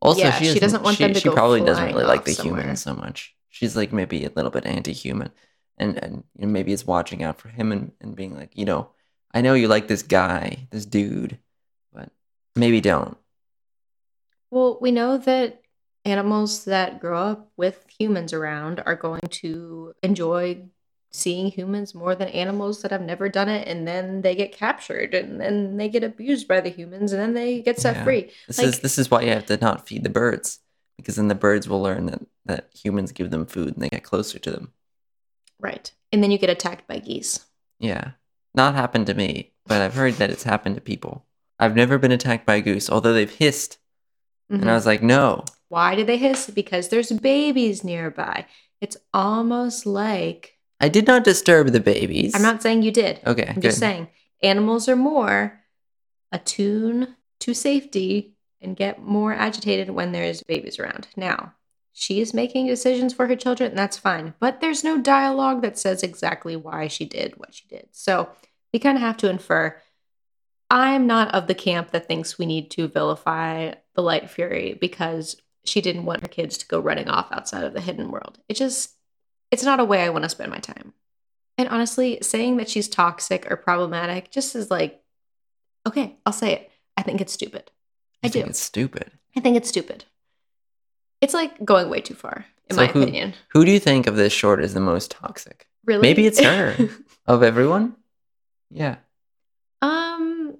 S1: Also,
S2: Yeah,
S1: she,
S2: she
S1: doesn't
S2: doesn't want
S1: she,
S2: them to
S1: she
S2: go
S1: probably doesn't
S2: flying
S1: really like
S2: off
S1: the
S2: somewhere.
S1: humans so much. She's like maybe a little bit anti-human and and you know, maybe is watching out for him and, and being like, you know, I know you like this guy, this dude, but maybe don't.
S2: Well, we know that animals that grow up with humans around are going to enjoy seeing humans more than animals that have never done it and then they get captured and then they get abused by the humans and then they get set
S1: Yeah.
S2: free.
S1: This is
S2: Like-
S1: this is why you have to not feed the birds. Because then the birds will learn that, that humans give them food and they get closer to them.
S2: Right. And then you get attacked by geese.
S1: Yeah. Not happened to me, but I've heard that it's happened to people. I've never been attacked by a goose, although they've hissed. And I was like, no.
S2: Mm-hmm. Why do they hiss? Because there's babies nearby. It's almost like
S1: I did not disturb the babies.
S2: I'm not saying you did.
S1: Okay.
S2: I'm just saying animals are more attuned to safety and get more agitated when there's babies around. Now, she is making decisions for her children, and that's fine. But there's no dialogue that says exactly why she did what she did. So we kind of have to infer. I'm not of the camp that thinks we need to vilify the Light Fury because she didn't want her kids to go running off outside of the hidden world. It just, it's not a way I want to spend my time. And honestly, saying that she's toxic or problematic just is like, okay, I'll say it. I think it's stupid. I
S1: You think
S2: do.
S1: It's stupid.
S2: I think it's stupid. It's like going way too far, in
S1: So
S2: my
S1: who-
S2: opinion.
S1: Who do you think of this short is the most toxic?
S2: Really?
S1: Maybe it's
S2: [laughs]
S1: her. of everyone? Yeah.
S2: um,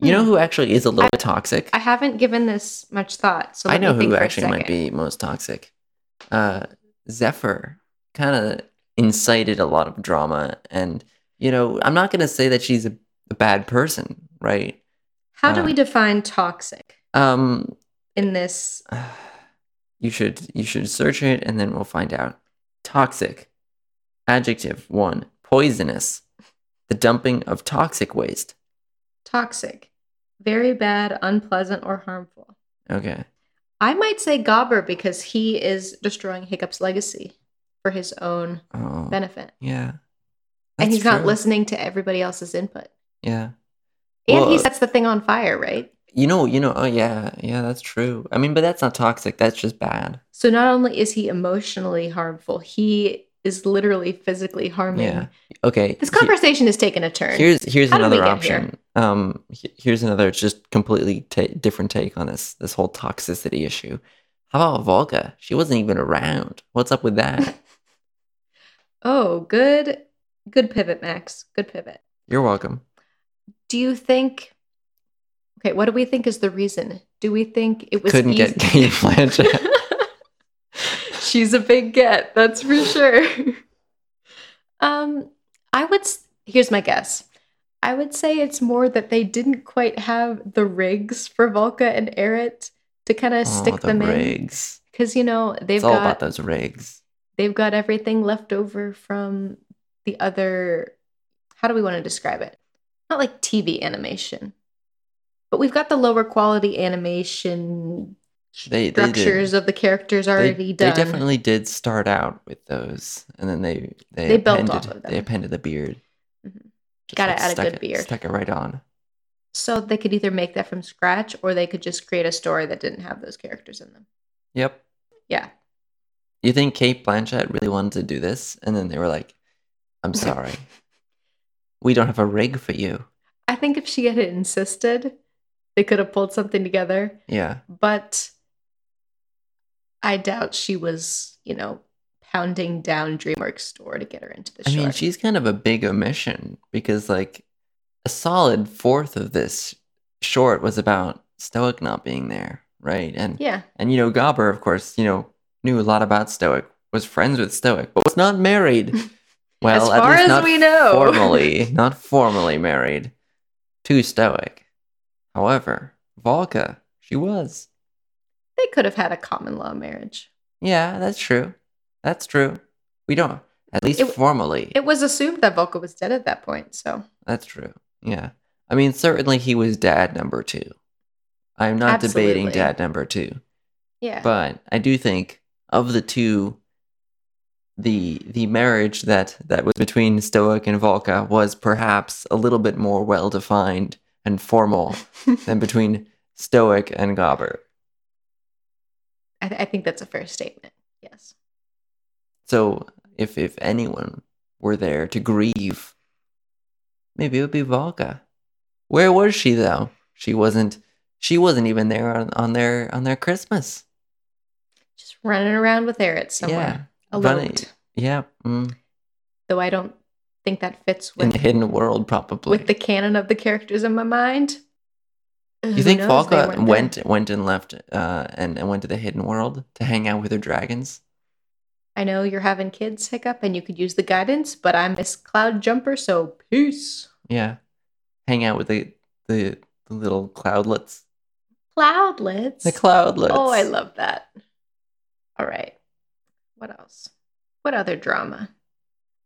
S1: You know
S2: Hmm.
S1: who actually is a little bit toxic?
S2: I haven't given this much thought, so
S1: I
S2: let me
S1: know
S2: think
S1: who
S2: for a
S1: actually might
S2: second.
S1: be most toxic. Uh, Zephyr. Kind of incited a lot of drama. And, you know, I'm not going to say that she's a, a bad person, right?
S2: How do
S1: Uh.
S2: we define toxic
S1: Um,
S2: in this?
S1: [sighs] you should you should search it and then we'll find out. Toxic. Adjective 1. Poisonous. The dumping of toxic waste.
S2: Toxic. Very bad, unpleasant, or harmful.
S1: Okay.
S2: I might say Gobber because he is destroying Hiccup's legacy for his own
S1: Oh.
S2: benefit.
S1: yeah.
S2: and
S1: That's
S2: he's not
S1: true.
S2: listening to everybody else's input.
S1: Yeah.
S2: And
S1: Well,
S2: he
S1: uh,
S2: sets the thing on fire, right?
S1: You know, you know, oh yeah, yeah, that's true. I mean, but that's not toxic, that's just bad.
S2: So not only is he emotionally harmful, he is literally physically harming.
S1: Yeah. Okay.
S2: This
S1: he-
S2: conversation is taking a turn.
S1: Here's here's
S2: How did we
S1: another
S2: get here?
S1: option. Um, he- here's another just completely ta different take on this this whole toxicity issue. How about Volga? She wasn't even around. What's up with that?
S2: oh, good good pivot, Max. Good pivot.
S1: You're welcome.
S2: Do you think Okay, what do we think is the reason? Do we think it was
S1: Couldn't
S2: easy-
S1: get Kate
S2: [laughs]
S1: [laughs] Blanchett.
S2: She's a big get, that's for sure. um, I would. s- Here's my guess. I would say it's more that they didn't quite have the rigs for Volca and Eret to kind of
S1: Oh,
S2: stick
S1: the
S2: them in,
S1: rigs.
S2: because you know they've
S1: It's all
S2: got
S1: about those rigs.
S2: they've got everything left over from the other. How do we want to describe it? Not like TV animation, but we've got the lower quality animation
S1: They they did-
S2: structures of the characters
S1: They,
S2: already
S1: they
S2: done.
S1: definitely did start out with those, and then they they,
S2: They built
S1: appended,
S2: off of
S1: They
S2: them.
S1: appended the beard.
S2: Mhm.
S1: Just,
S2: Gotta add a
S1: stuck
S2: good
S1: it-
S2: beard.
S1: Stuck it right on.
S2: So they could either make that from scratch or they could just create a story that didn't have those characters in them.
S1: Yep.
S2: Yeah.
S1: You think Kate Blanchett really wanted to do this? And then they were like,
S2: [laughs]
S1: I'm sorry. we don't have a rig for you.
S2: I think if she had insisted, they could have pulled something together,
S1: Yeah.
S2: but I doubt she was, you know, pounding down DreamWorks store to get her into the
S1: I
S2: show.
S1: mean, she's kind of a big omission because, like, a solid fourth of this short was about Stoic not being there, right? And,
S2: Yeah.
S1: and you know, Gobber, of course, you know, knew a lot about Stoic, was friends with Stoic, but was not married. Well,
S2: [laughs] As
S1: at
S2: far
S1: least
S2: as
S1: not
S2: we know. [laughs]
S1: formally, not formally married to Stoic. However, Volca, she was.
S2: They could have had a common law marriage.
S1: Yeah, that's true. That's true. We don't, at least
S2: It-
S1: formally.
S2: It was assumed that Volca was dead at that point, so
S1: that's true. Yeah. I mean, certainly he was dad number two. I'm not debating
S2: Absolutely.
S1: dad number two,
S2: yeah. [laughs]
S1: but I do think of the two, the the marriage that that was between Stoic and Volca was perhaps a little bit more well defined and formal than between Stoic and Gobber.
S2: I, th- I think that's a fair statement. Yes.
S1: So if if anyone were there to grieve, maybe it would be Volga. Where was she though? She wasn't. She wasn't even there on, on their on their Christmas.
S2: Just running around with Eret somewhere.
S1: running-
S2: Eloped.
S1: Yeah, yeah. Mm.
S2: though I don't think that fits
S1: In
S2: with
S1: the hidden world, probably.
S2: with the canon of the characters in my mind.
S1: you think Volga went went, and left uh, and and went to the hidden world to hang out with her dragons?
S2: I know you're having kids hiccup, and you could use the guidance, but I'm Miss Cloud Jumper, so peace,
S1: Yeah, hang out with the the, the little cloudlets.
S2: cloudlets.
S1: The cloudlets.
S2: oh, I love that. All right, what else? What other drama?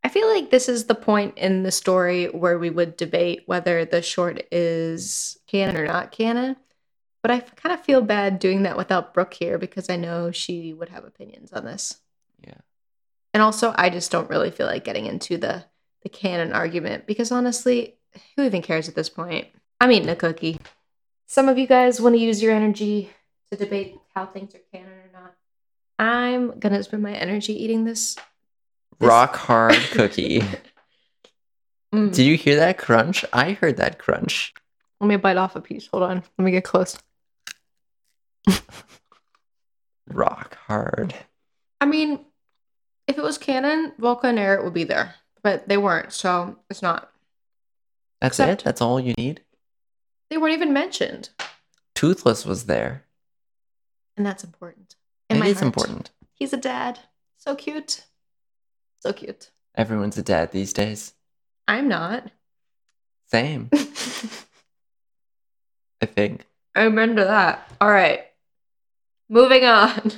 S2: I feel like this is the point in the story where we would debate whether the short is canon or not canon. But I kind of feel bad doing that without Brooke here because I know she would have opinions on this.
S1: Yeah.
S2: And also, I just don't really feel like getting into the the canon argument because honestly, who even cares at this point? I'm eating a cookie. Some of you guys want to use your energy to debate how things are canon or not. I'm gonna spend my energy eating this. this-
S1: Rock hard
S2: [laughs]
S1: cookie.
S2: Mm.
S1: Did you hear that crunch? I heard that crunch.
S2: Let me bite off a piece. Hold on. Let me get close.
S1: Rock hard.
S2: I mean, if it was canon, Volca and Eret would be there, but they weren't, so it's not.
S1: That's
S2: Except-
S1: it? That's all you need?
S2: They weren't even mentioned,
S1: Toothless was there.
S2: and that's important.
S1: It
S2: In
S1: is
S2: my heart.
S1: important.
S2: He's a dad. So cute. So cute.
S1: Everyone's a dad these days.
S2: I'm [laughs] not.
S1: Same, I think.
S2: I remember that. All right. Moving on. [laughs]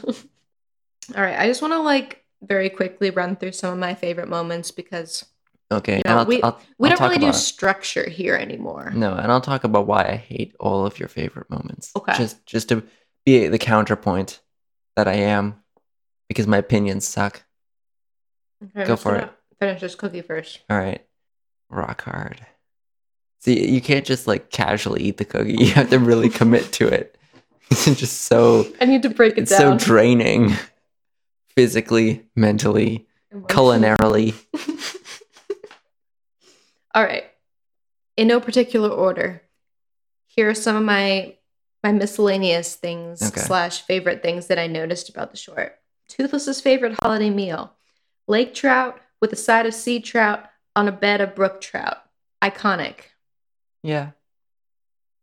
S2: All right. I just want to like very quickly run through some of my favorite moments because
S1: Okay, and I'll,
S2: No,
S1: I'll,
S2: we
S1: I'll
S2: don't
S1: talk
S2: really do
S1: about it.
S2: structure here anymore.
S1: No, and I'll talk about why I hate all of your favorite moments.
S2: Okay.
S1: Just just to be the counterpoint that I am because my opinions suck.
S2: Okay,
S1: Go
S2: let's
S1: for
S2: not Finish this cookie first.
S1: All right. Rock hard. See, you can't just like casually eat the cookie. [laughs] You have to really commit to it. [laughs] It's just so
S2: I need to break it
S1: it's so
S2: down.
S1: draining physically, mentally, culinarily.
S2: All right. In no particular order, here are some of my my miscellaneous things
S1: Okay.
S2: slash favorite things that I noticed about the short. Toothless's favorite holiday meal: lake trout with a side of sea trout on a bed of brook trout. Iconic.
S1: Yeah.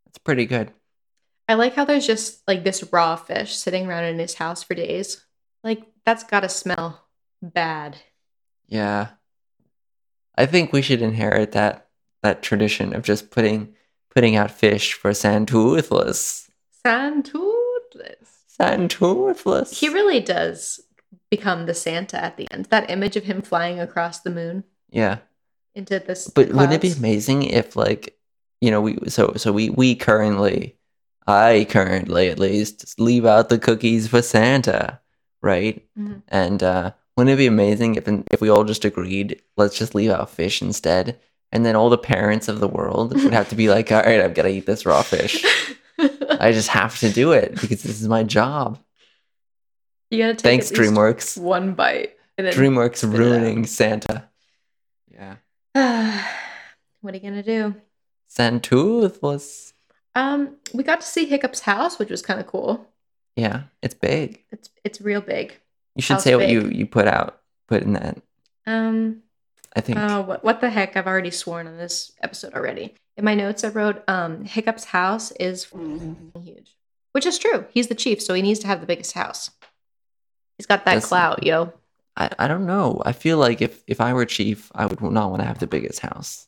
S1: That's pretty good.
S2: I like how there's just like this raw fish sitting around in his house for days. Like that's gotta smell bad.
S1: Yeah. I think we should inherit that that tradition of just putting putting out fish for Santoothless.
S2: Santoothless.
S1: Santoothless.
S2: He really does become the Santa at the end. That image of him flying across the moon
S1: yeah.
S2: into this.
S1: But wouldn't it be
S2: clouds.
S1: amazing if like you know, we so so we we currently I currently at least leave out the cookies for Santa, right?
S2: Mhm.
S1: And uh wouldn't it be amazing if if we all just agreed, let's just leave out fish instead? And then all the parents of the world would have to be like, all right, I've got to eat this raw fish. I just have to do it because this is my job.
S2: [laughs] you gotta [laughs] take
S1: Thanks,
S2: at least
S1: DreamWorks.
S2: One bite. And then,
S1: DreamWorks
S2: out.
S1: ruining Santa. Yeah.
S2: [sighs] what are you gonna do?
S1: Santoothless.
S2: Um, we got to see Hiccup's house, which was kind of cool.
S1: Yeah, it's big.
S2: It's it's real big.
S1: You should
S2: How's
S1: say what
S2: big?
S1: you, you put out, put in that.
S2: Um,
S1: I think.
S2: Oh, what, what the heck? I've already sworn on this episode already. In my notes, I wrote um, Hiccup's house is
S1: Mm-hmm.
S2: f***ing huge, which is true. He's the chief, so he needs to have the biggest house. He's got that
S1: That's-
S2: clout, yo.
S1: I, I don't know. I feel like if, if I were chief, I would not want to have the biggest house.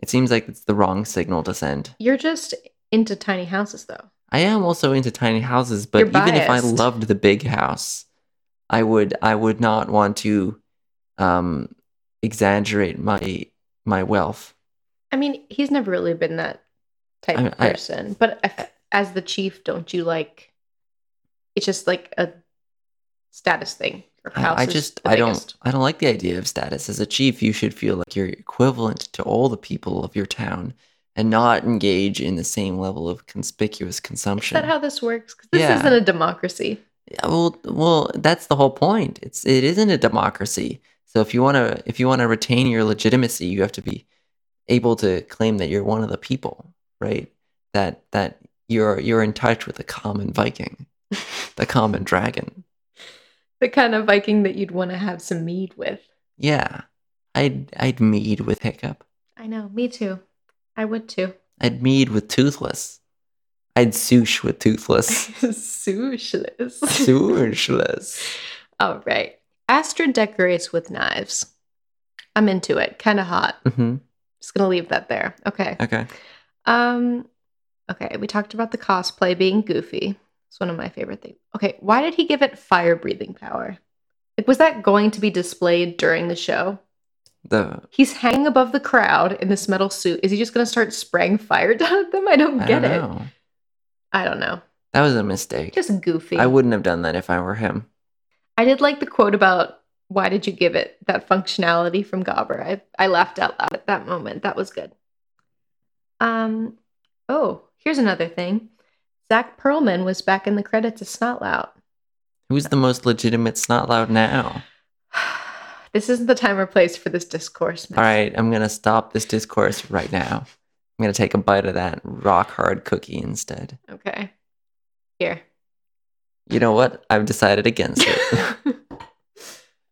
S1: It seems like it's the wrong signal to send.
S2: You're just into tiny houses, though.
S1: I am also into tiny houses, but
S2: You're
S1: even if I
S2: biased.
S1: loved the big house, I would I would not want to um, exaggerate my my wealth.
S2: I mean, he's never really been that type
S1: I-
S2: of
S1: I-
S2: person. but if, as the chief, don't you like? It's just like a status thing. Or house
S1: I, I
S2: is
S1: just
S2: the
S1: I don't
S2: biggest.
S1: I don't like the idea of status as a chief. You should feel like you're equivalent to all the people of your town and not engage in the same level of conspicuous
S2: Is
S1: consumption.
S2: that how this works? 'Cause this
S1: Yeah.
S2: isn't a democracy.
S1: Yeah, well well that's the whole point it's it isn't a democracy so if you want to if you want to retain your legitimacy you have to be able to claim that you're one of the people right that that you're you're in touch with the common
S2: [laughs]
S1: viking the common dragon
S2: The kind of Viking that you'd want to have some mead with.
S1: yeah i'd i'd mead with hiccup
S2: I know, me too. I would [laughs] too.
S1: i'd mead with toothless i'd sush with
S2: [laughs]
S1: toothless
S2: Soushless.
S1: Sooshless.
S2: [laughs] All right. Astra decorates with knives. I'm into it. Kind of hot.
S1: hmm
S2: Just gonna leave that there. Okay.
S1: okay
S2: Um. Okay. We talked about the cosplay being goofy. It's one of my favorite things. Okay. Why did he give it fire breathing power? Like, was that going to be displayed during the show?
S1: the
S2: He's hanging above the crowd in this metal suit. Is he just gonna start spraying fire [laughs] down at them? I don't
S1: i
S2: get
S1: don't
S2: it.
S1: know
S2: I don't know.
S1: that was a mistake
S2: Just goofy.
S1: i wouldn't have done that if i were him
S2: I did like the quote about why did you give it that functionality from Gobber. I, I laughed out loud at that moment. That was good. Um, oh, here's another thing. Zach Perlman was back in the credits as Snotlout.
S1: Who's the most legitimate snot loud now?
S2: [sighs] this isn't the time or place for this discourse. Matt.
S1: All right, I'm gonna stop this discourse right now. I'm gonna take a bite of that rock hard cookie instead.
S2: Okay. Here.
S1: You know what? I've decided against
S2: [laughs]
S1: it.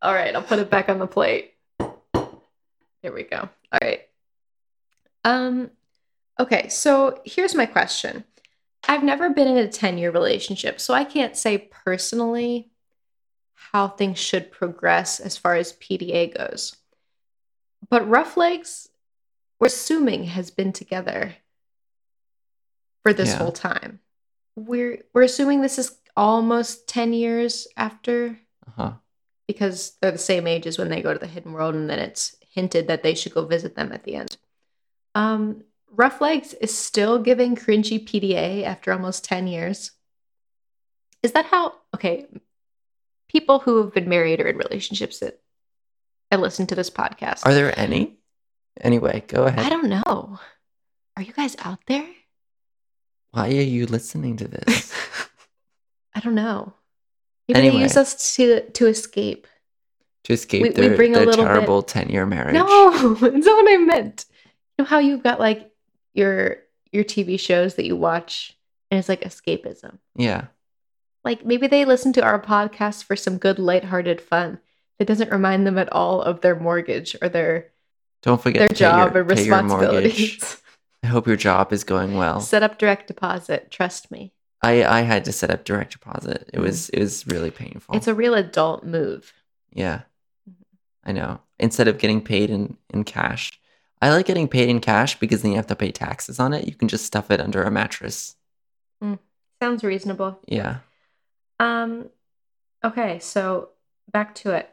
S2: All right, I'll put it back on the plate. There we go. All right. Um okay, so here's my question. I've never been in a 10-year relationship, so I can't say personally how things should progress as far as PDA goes. But Roughlegs, we're assuming, has been together for this
S1: Yeah.
S2: whole time. We're we're assuming this is almost ten years after
S1: Uh-huh.
S2: because they're the same age as when they go to the hidden world, and then it's hinted that they should go visit them at the end. Um, Roughlegs is still giving cringy PDA after almost ten years. Is that how? Okay, people who have been married or in relationships that that listen to this podcast.
S1: Are there any? Anyway, go
S2: I
S1: ahead.
S2: don't know. Are you guys out there?
S1: Why are you listening to
S2: [laughs]
S1: this?
S2: I don't know. Maybe they
S1: Anyway.
S2: use us to to escape.
S1: to escape
S2: We- we
S1: their,
S2: bring a
S1: their
S2: little bit-
S1: terrible 10 year marriage.
S2: No, [laughs] that's not what I meant. You know how you've got like your your TV shows that you watch, and it's like escapism.
S1: Yeah.
S2: Like maybe they listen to our podcast for some good lighthearted fun that doesn't remind them at all of their mortgage or their
S1: Don't forget
S2: their
S1: to pay
S2: job
S1: your,
S2: and
S1: pay your mortgage. Oh.
S2: responsibilities.
S1: [laughs] I hope your job is going well.
S2: Set up direct deposit. Trust me,
S1: I, I had to set up direct deposit. It
S2: Mhm.
S1: was it was really painful.
S2: it's a real adult move.
S1: yeah.
S2: Mhm.
S1: I know. Instead of getting paid in, in cash. I like getting paid in cash because then you have to pay taxes on it. You can just stuff it under a mattress.
S2: Sounds reasonable.
S1: Yeah.
S2: Um, okay, so back to it.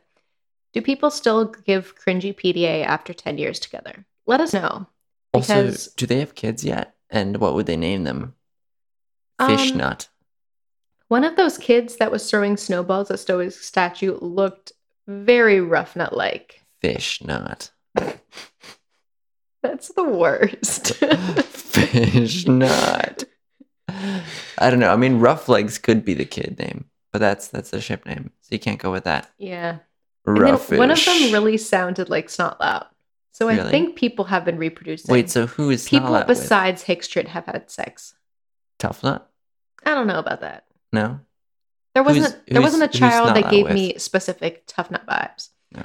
S2: Do people still give cringy PDA after 10 years together? Let us know.
S1: Also,
S2: Because-
S1: do they have kids yet? And what would they name them?
S2: Um,
S1: Fishnut.
S2: One of those kids that was throwing snowballs at Stowe's statue looked very rough nut like.
S1: Fishnut.
S2: That's
S1: [laughs]
S2: the worst. [laughs]
S1: Fishnut. I don't know. I mean, Roughlegs could be the kid name, but that's that's the ship name, so you can't go with that.
S2: yeah. And then
S1: Roughish.
S2: one of them really sounded like Snot Loud. So I
S1: Really?
S2: think people have been reproducing.
S1: Wait, so who is
S2: people
S1: Snarlat with?
S2: besides Hickstrit have had sex.
S1: Tough Nut?
S2: I don't know about that.
S1: No.
S2: There
S1: Who's-
S2: wasn't there
S1: who's-
S2: wasn't a
S1: who's
S2: child
S1: not
S2: that
S1: out
S2: gave
S1: with?
S2: me specific tough nut vibes.
S1: No.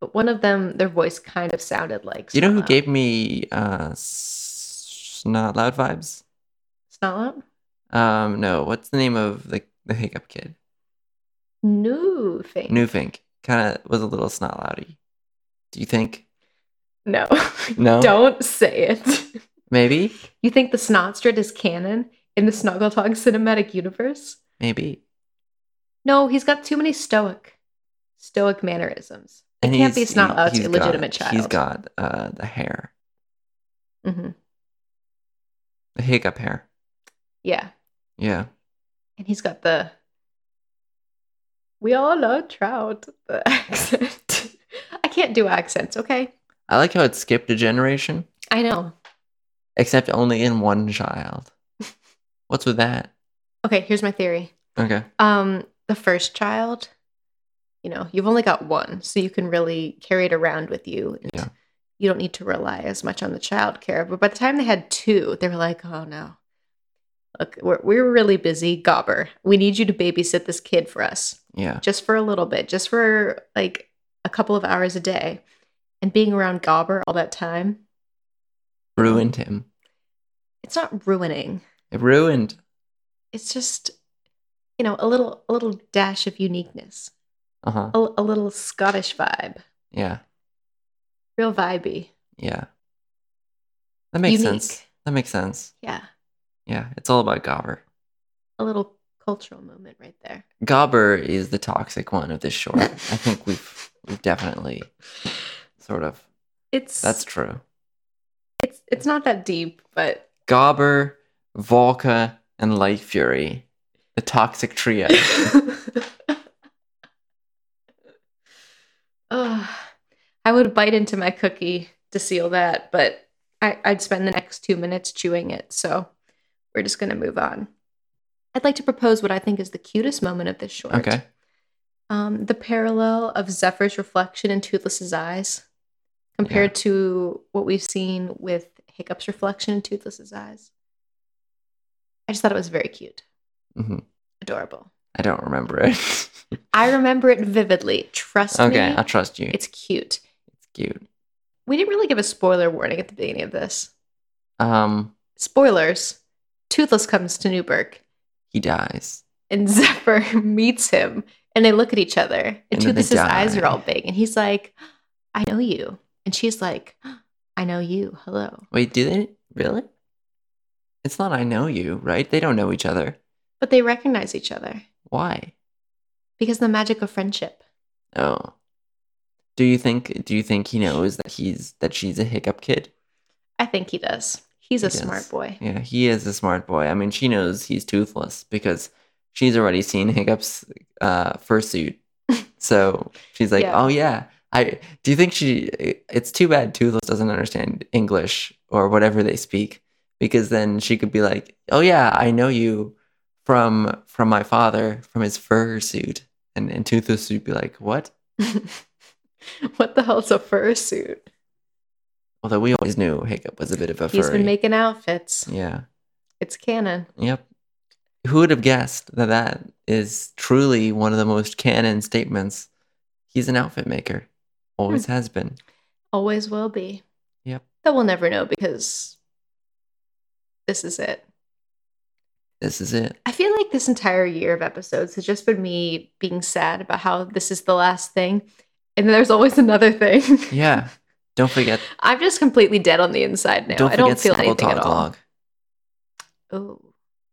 S2: But one of them, their voice kind of sounded like.
S1: You know who
S2: Snotlout.
S1: gave me uh s- not loud vibes?
S2: Snotlout?
S1: Um, no. What's the name of the the hiccup kid?
S2: No thing.
S1: Newfink. Kind of was a little snot loudy. Do you think?
S2: No. [laughs]
S1: No.
S2: Don't say it.
S1: Maybe.
S2: You think the Snotstrid is canon in the Snuggletog cinematic universe?
S1: Maybe.
S2: No, he's got too many stoic, stoic mannerisms.
S1: And
S2: can't be
S1: he's-
S2: Snot Loud's
S1: he's
S2: illegitimate
S1: got- He's
S2: child.
S1: got uh the hair,
S2: hmm
S1: the hiccup hair.
S2: Yeah,
S1: Yeah.
S2: and he's got the. We all are trout. The [laughs] accent. I can't do accents. Okay.
S1: I like how it skipped a generation,
S2: I know.
S1: except only in one child. What's with that?
S2: Okay, here's my theory.
S1: Okay.
S2: Um, the first child, you know, you've only got one, so you can really carry it around with you. And
S1: Yeah.
S2: You don't need to rely as much on the child care. But by the time they had two, they were like, oh no. Look, we're, we're really busy. Gobber, we need you to babysit this kid for us
S1: Yeah.
S2: just for a little bit, just for like a couple of hours a day. And being around Gobber all that time,
S1: Ruined him.
S2: it's not ruining.
S1: It ruined.
S2: It's just, you know, a little a little dash of uniqueness.
S1: Uh huh.
S2: a, a little Scottish vibe,
S1: Yeah.
S2: real vibey.
S1: Yeah. That makes
S2: Unique.
S1: sense. That makes sense.
S2: Yeah,
S1: Yeah. It's all about Gobber.
S2: a little cultural moment right there.
S1: Gobber is the toxic one of this short. I think we've we've definitely sort of
S2: It's
S1: that's true.
S2: it's it's not that deep, but
S1: Gobber, Volca, and Light Fury. The toxic
S2: [laughs]
S1: trio.
S2: Ugh. I would bite into my cookie to seal that, but I, I'd spend the next two minutes chewing it. So we're just gonna move on. I'd like to propose what I think is the cutest moment of this short.
S1: Okay.
S2: um, the parallel of Zephyr's reflection in Toothless's eyes compared to what we've seen with Hiccup's reflection in Toothless's eyes. I just thought it was very cute,
S1: hmm
S2: adorable.
S1: I don't remember it. [laughs]
S2: I remember it vividly. Trust me,
S1: okay, I'll trust you. It's
S2: it's cute.
S1: cute.
S2: We didn't really give a spoiler warning at the beginning of this.
S1: Um,
S2: Spoilers: Toothless comes to Newburgh,
S1: he dies.
S2: and [laughs] Zephyr meets him, and they look at each other. And,
S1: And then they
S2: Toothless's eyes
S1: die.
S2: are all big, and he's like, "I know you." And she's like, I know you. Hello.
S1: Wait, do they really? It's not I know you, right? They don't know each other.
S2: But they recognize each other
S1: Why?
S2: because of the magic of friendship.
S1: Oh. Do you think do you think he knows that he's that she's a hiccup kid?
S2: I think he does. He's a
S1: He
S2: smart
S1: does.
S2: boy.
S1: Yeah, he is a smart boy. I mean, she knows he's toothless because she's already seen [laughs] Hiccup's uh, fursuit. So she's like,
S2: Yeah.
S1: "Oh yeah, I." Do you think she? It's too bad Toothless doesn't understand English or whatever they speak because then she could be like, "Oh yeah, I know you from from my father from his fursuit," and and Toothless would be like, "What?"
S2: [laughs] what the hell's a fursuit?
S1: Although we always knew Hiccup was a bit of a
S2: He's
S1: furry.
S2: been making outfits.
S1: yeah.
S2: It's canon.
S1: Yep. Who would have guessed that that is truly one of the most canon statements? He's an outfit maker, always
S2: Hmm.
S1: has been.
S2: Always will be.
S1: Yep.
S2: That we'll never know because this is it.
S1: This is it.
S2: I feel like this entire year of episodes has just been me being sad about how this is the last thing. And then there's always [laughs] another thing.
S1: Yeah. Don't
S2: [laughs]
S1: forget.
S2: I'm just completely dead on the inside now.
S1: don't
S2: I
S1: forget
S2: don't feel
S1: Snuggle
S2: anything
S1: Talk
S2: at all.
S1: Log.
S2: Oh,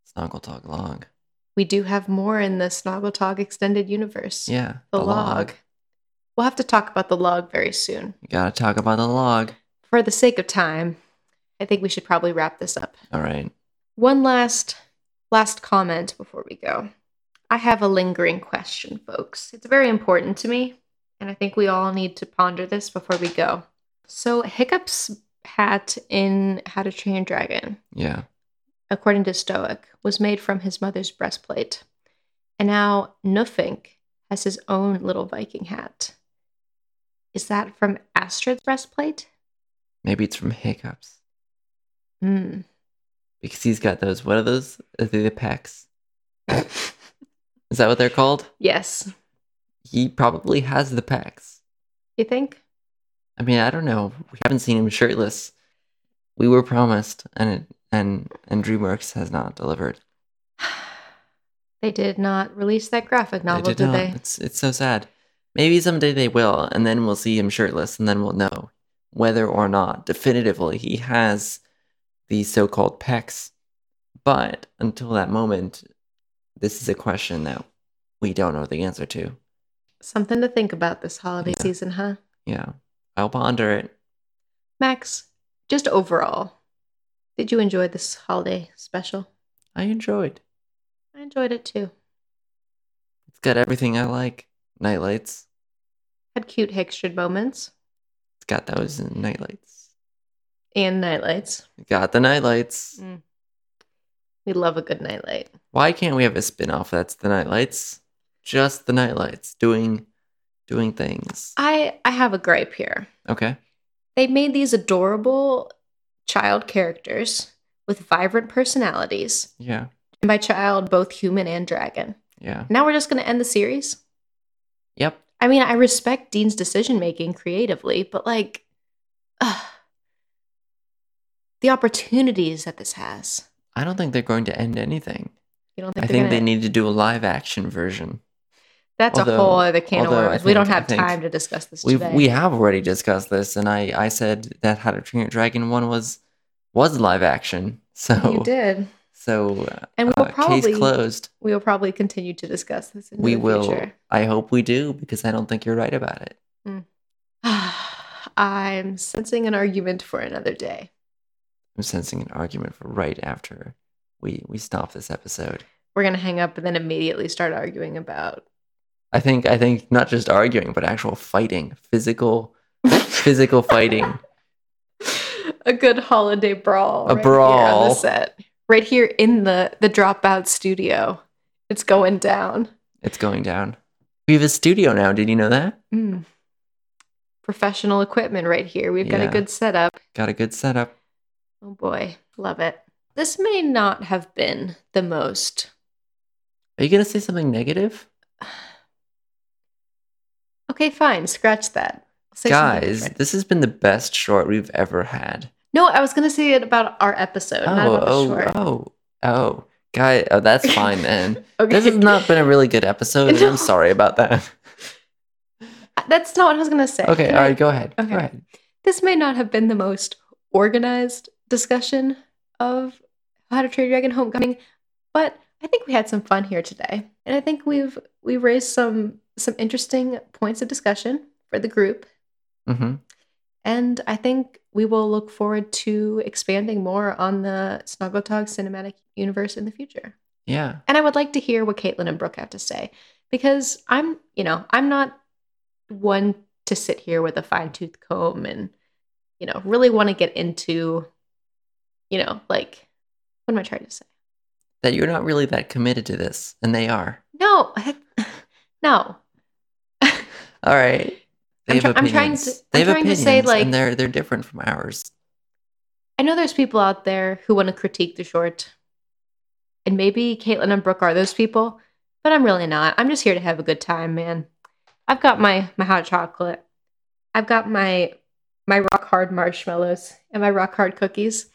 S1: Snuggle Talk Log.
S2: we do have more in the Snoggletog extended universe.
S1: Yeah.
S2: the log. We'll have to talk about the log very soon.
S1: You gotta talk about the log.
S2: For the sake of time, I think we should probably wrap this up.
S1: All right.
S2: One last last comment before we go. I have a lingering question, folks. It's very important to me, and I think we all need to ponder this before we go. So, Hiccup's hat in How to Train Your Dragon,
S1: Yeah.
S2: according to Stoic, was made from his mother's breastplate. And now Nufink has his own little Viking hat. Is that from Astrid's breastplate?
S1: Maybe it's from Hiccups
S2: Hmm.
S1: because he's got those. What are those? Are they the
S2: [laughs]
S1: pecs? Is that what they're called?
S2: yes.
S1: He probably has the pecs.
S2: You think?
S1: I mean, I don't know. We haven't seen him shirtless. We were promised, and it, and and DreamWorks has not delivered.
S2: They did not release that graphic novel,
S1: they
S2: did,
S1: did not.
S2: they?
S1: It's it's so sad. Maybe someday they will, and then we'll see him shirtless, and then we'll know whether or not definitively he has these so-called pecs. But until that moment, this is a question that we don't know the answer to.
S2: Something to think about this holiday
S1: Yeah.
S2: season, huh?
S1: Yeah, I'll ponder it.
S2: Max, just overall, did you enjoy this holiday special?
S1: I enjoyed.
S2: I enjoyed it too.
S1: It's got everything I like. Nightlights.
S2: Had cute Hickstrid moments
S1: It's got those nightlights.
S2: and nightlights.
S1: Got the nightlights.
S2: Mm. We love a good nightlight.
S1: Why can't we have a spin-off that's the nightlights? Just the nightlights doing doing things.
S2: I I have a gripe here.
S1: Okay.
S2: They made these adorable child characters with vibrant personalities,
S1: Yeah.
S2: and by child, both human and dragon.
S1: Yeah.
S2: Now we're just going to end the series.
S1: Yep.
S2: I mean, I respect Dean's decision making creatively, but like, ugh, the opportunities that this has.
S1: I don't think they're going to end anything.
S2: You don't
S1: I think
S2: think, they're gonna,
S1: they need to do a live action version.
S2: That's
S1: although-
S2: a whole other can of
S1: although I
S2: worms. We don't
S1: think- I
S2: have
S1: think
S2: time to discuss this
S1: We
S2: today.
S1: we have already discussed this and I I said that How to Train Your Dragon one was was live action. [laughs] So
S2: you did,
S1: so uh,
S2: and we will
S1: uh,
S2: probably
S1: case closed.
S2: we will probably continue to discuss this. Into
S1: We
S2: the
S1: will
S2: Future. [sighs]
S1: I hope we do because I don't think you're right about it.
S2: I'm sensing an argument for another day.
S1: I'm sensing an argument for right after we we stop this episode.
S2: We're gonna hang up and then immediately start arguing about
S1: I think I think not just arguing, but actual fighting,
S2: [laughs]
S1: physical physical fighting.
S2: a good holiday brawl.
S1: A
S2: here on
S1: brawl.
S2: the set, right here in the the dropout studio. It's going down.
S1: It's going down. We have a studio now. Did you know that?
S2: Mm. Professional equipment right here. We've got
S1: Yeah.
S2: a good setup.
S1: Got a good setup.
S2: Oh boy, love it. This may not have been the most.
S1: Are you gonna say something negative,
S2: Okay, fine. Scratch that. I'll say something
S1: guys?
S2: different.
S1: This has been the best short we've ever had.
S2: No, I was gonna say it about our episode, not
S1: Oh
S2: about the
S1: oh
S2: short.
S1: oh oh, guy. Oh, that's fine
S2: [laughs]
S1: then.
S2: Okay.
S1: This has not been a really good episode, and
S2: [laughs] No.
S1: I'm sorry about that.
S2: That's not what I was gonna say.
S1: Okay,
S2: Can
S1: all
S2: I-
S1: right, go ahead.
S2: Okay.
S1: Go ahead.
S2: This may not have been the most organized discussion of How to Train Your Dragon Homecoming, but I think we had some fun here today. And I think we've we raised some some interesting points of discussion for the group.
S1: hmm
S2: And I think we will look forward to expanding more on the Snuggletog cinematic universe in the future.
S1: Yeah.
S2: And I would like to hear what Caitlin and Brooke have to say because I'm, you know, I'm not one to sit here with a fine tooth comb and, you know, really want to get into, you know, like, what am I trying to say?
S1: That you're not really that committed to this, and they are.
S2: No, [laughs] no. [laughs]
S1: All right. They have
S2: I'm try- I'm trying
S1: opinions.
S2: to-
S1: They
S2: I'm
S1: have
S2: trying to say,
S1: opinions,
S2: like-
S1: and they're they're different from ours.
S2: I know there's people out there who want to critique the short, and maybe Caitlin and Brooke are those people, but I'm really not. I'm just here to have a good time, man. I've got my my hot chocolate, I've got my my rock hard marshmallows and my rock hard cookies,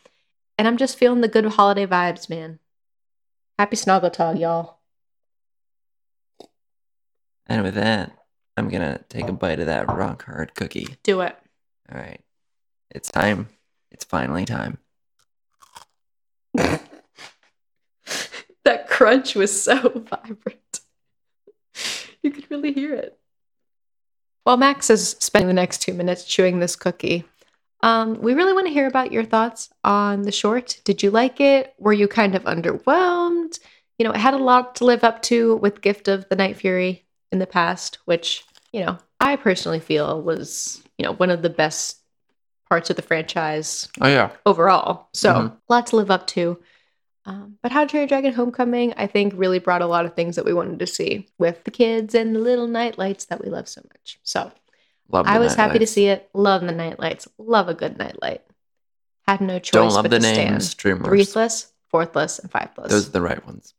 S2: and I'm just feeling the good holiday vibes, man. Happy Snoggletog, y'all.
S1: And with that, I'm gonna take a bite of that rock hard cookie.
S2: Do it.
S1: All right. It's time. It's finally time.
S2: That crunch was so [laughs] vibrant. You could really hear it. While Max is spending the next two minutes chewing this cookie, um, we really want to hear about your thoughts on the short. Did you like it? Were you kind of underwhelmed? You know, it had a lot to live up to with Gift of the Night Fury in the past, which, you know, I personally feel was, you know, one of the best parts of the franchise
S1: Oh yeah.
S2: overall. So
S1: Mhm.
S2: a lot to live up to. Um, but How to Train Your Dragon Homecoming, I think, really brought a lot of things that we wanted to see with the kids and the little night lights that we love so much. So
S1: Love.
S2: I was happy to see it. Love the night lights. Love a good night light. Had no choice
S1: Don't love
S2: but
S1: the
S2: to
S1: names.
S2: stand.
S1: Dreamers.
S2: Threethless, fourthless, and fivethless.
S1: Those are the right ones.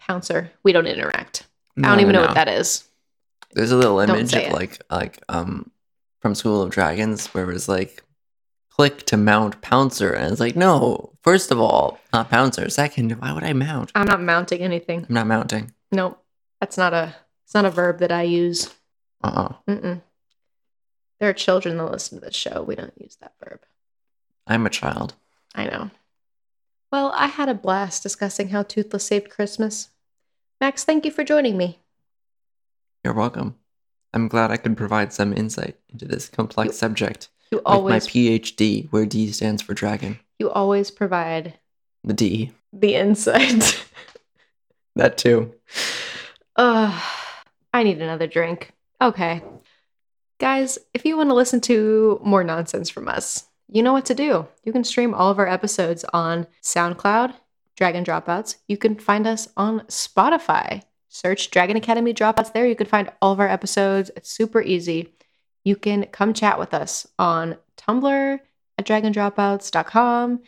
S2: Pouncer. We don't interact. I don't even know what that is.
S1: There's a little image
S2: say
S1: of
S2: it.
S1: like like um from School of Dragons where it was like click to mount Pouncer and it's like no first of all not Pouncer second why would I mount
S2: I'm not mounting anything.
S1: I'm not mounting
S2: Nope. That's not a it's not a verb that I use.
S1: uh uh-uh. uh
S2: Mm-mm. There are children that listen to this show. We don't use that verb.
S1: i am a child
S2: I know. Well, I had a blast discussing how Toothless saved Christmas. Max, thank you for joining me.
S1: you're welcome I'm glad I could provide some insight into this complex subject
S2: You
S1: with my
S2: always
S1: PhD where D stands for dragon
S2: you always provide
S1: the D
S2: the insight.
S1: that too
S2: Ugh, I need another drink. Okay. Guys, if you want to listen to more nonsense from us, you know what to do. You can stream all of our episodes on SoundCloud, Dragon Dropouts. You can find us on Spotify. Search Dragon Academy Dropouts there. You can find all of our episodes. It's super easy. You can come chat with us on Tumblr at dragondropouts.com.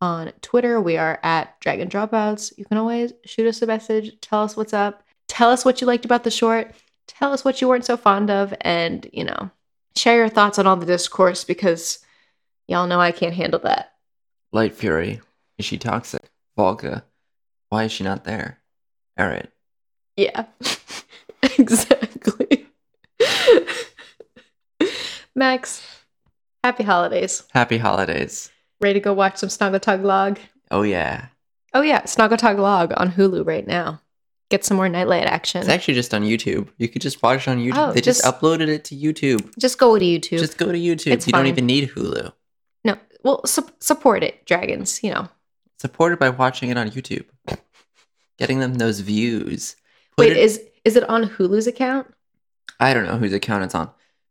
S2: On Twitter, we are at Dragon Dropouts. You can always shoot us a message, tell us what's up tell us what you liked about the short tell us what you weren't so fond of and you know share your thoughts on all the discourse because y'all know i can't handle that
S1: Light Fury is she toxic Volga why is she not there all right
S2: yeah [laughs] exactly [laughs] max happy holidays
S1: happy holidays
S2: ready to go watch some snoggletog log
S1: oh yeah
S2: oh yeah snoggletog log on hulu right now get some more nightlight action
S1: It's actually just on YouTube. You could just watch it on YouTube.
S2: Oh,
S1: they just,
S2: just-
S1: uploaded it to YouTube.
S2: just go to youtube
S1: Just go to YouTube.
S2: It's
S1: you don't
S2: fine.
S1: even need Hulu.
S2: no well su- support it dragons you know
S1: Supported by watching it on YouTube. Getting them those views. Put
S2: wait
S1: it-
S2: is is it on hulu's account
S1: I don't know whose account it's on.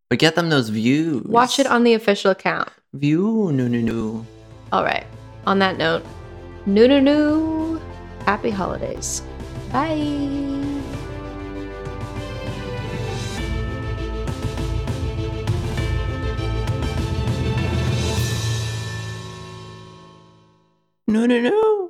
S1: But get them those views.
S2: Watch it on the official account.
S1: View no no no.
S2: All right. On that note, no, no, no. Happy holidays. Bye.
S1: No no no.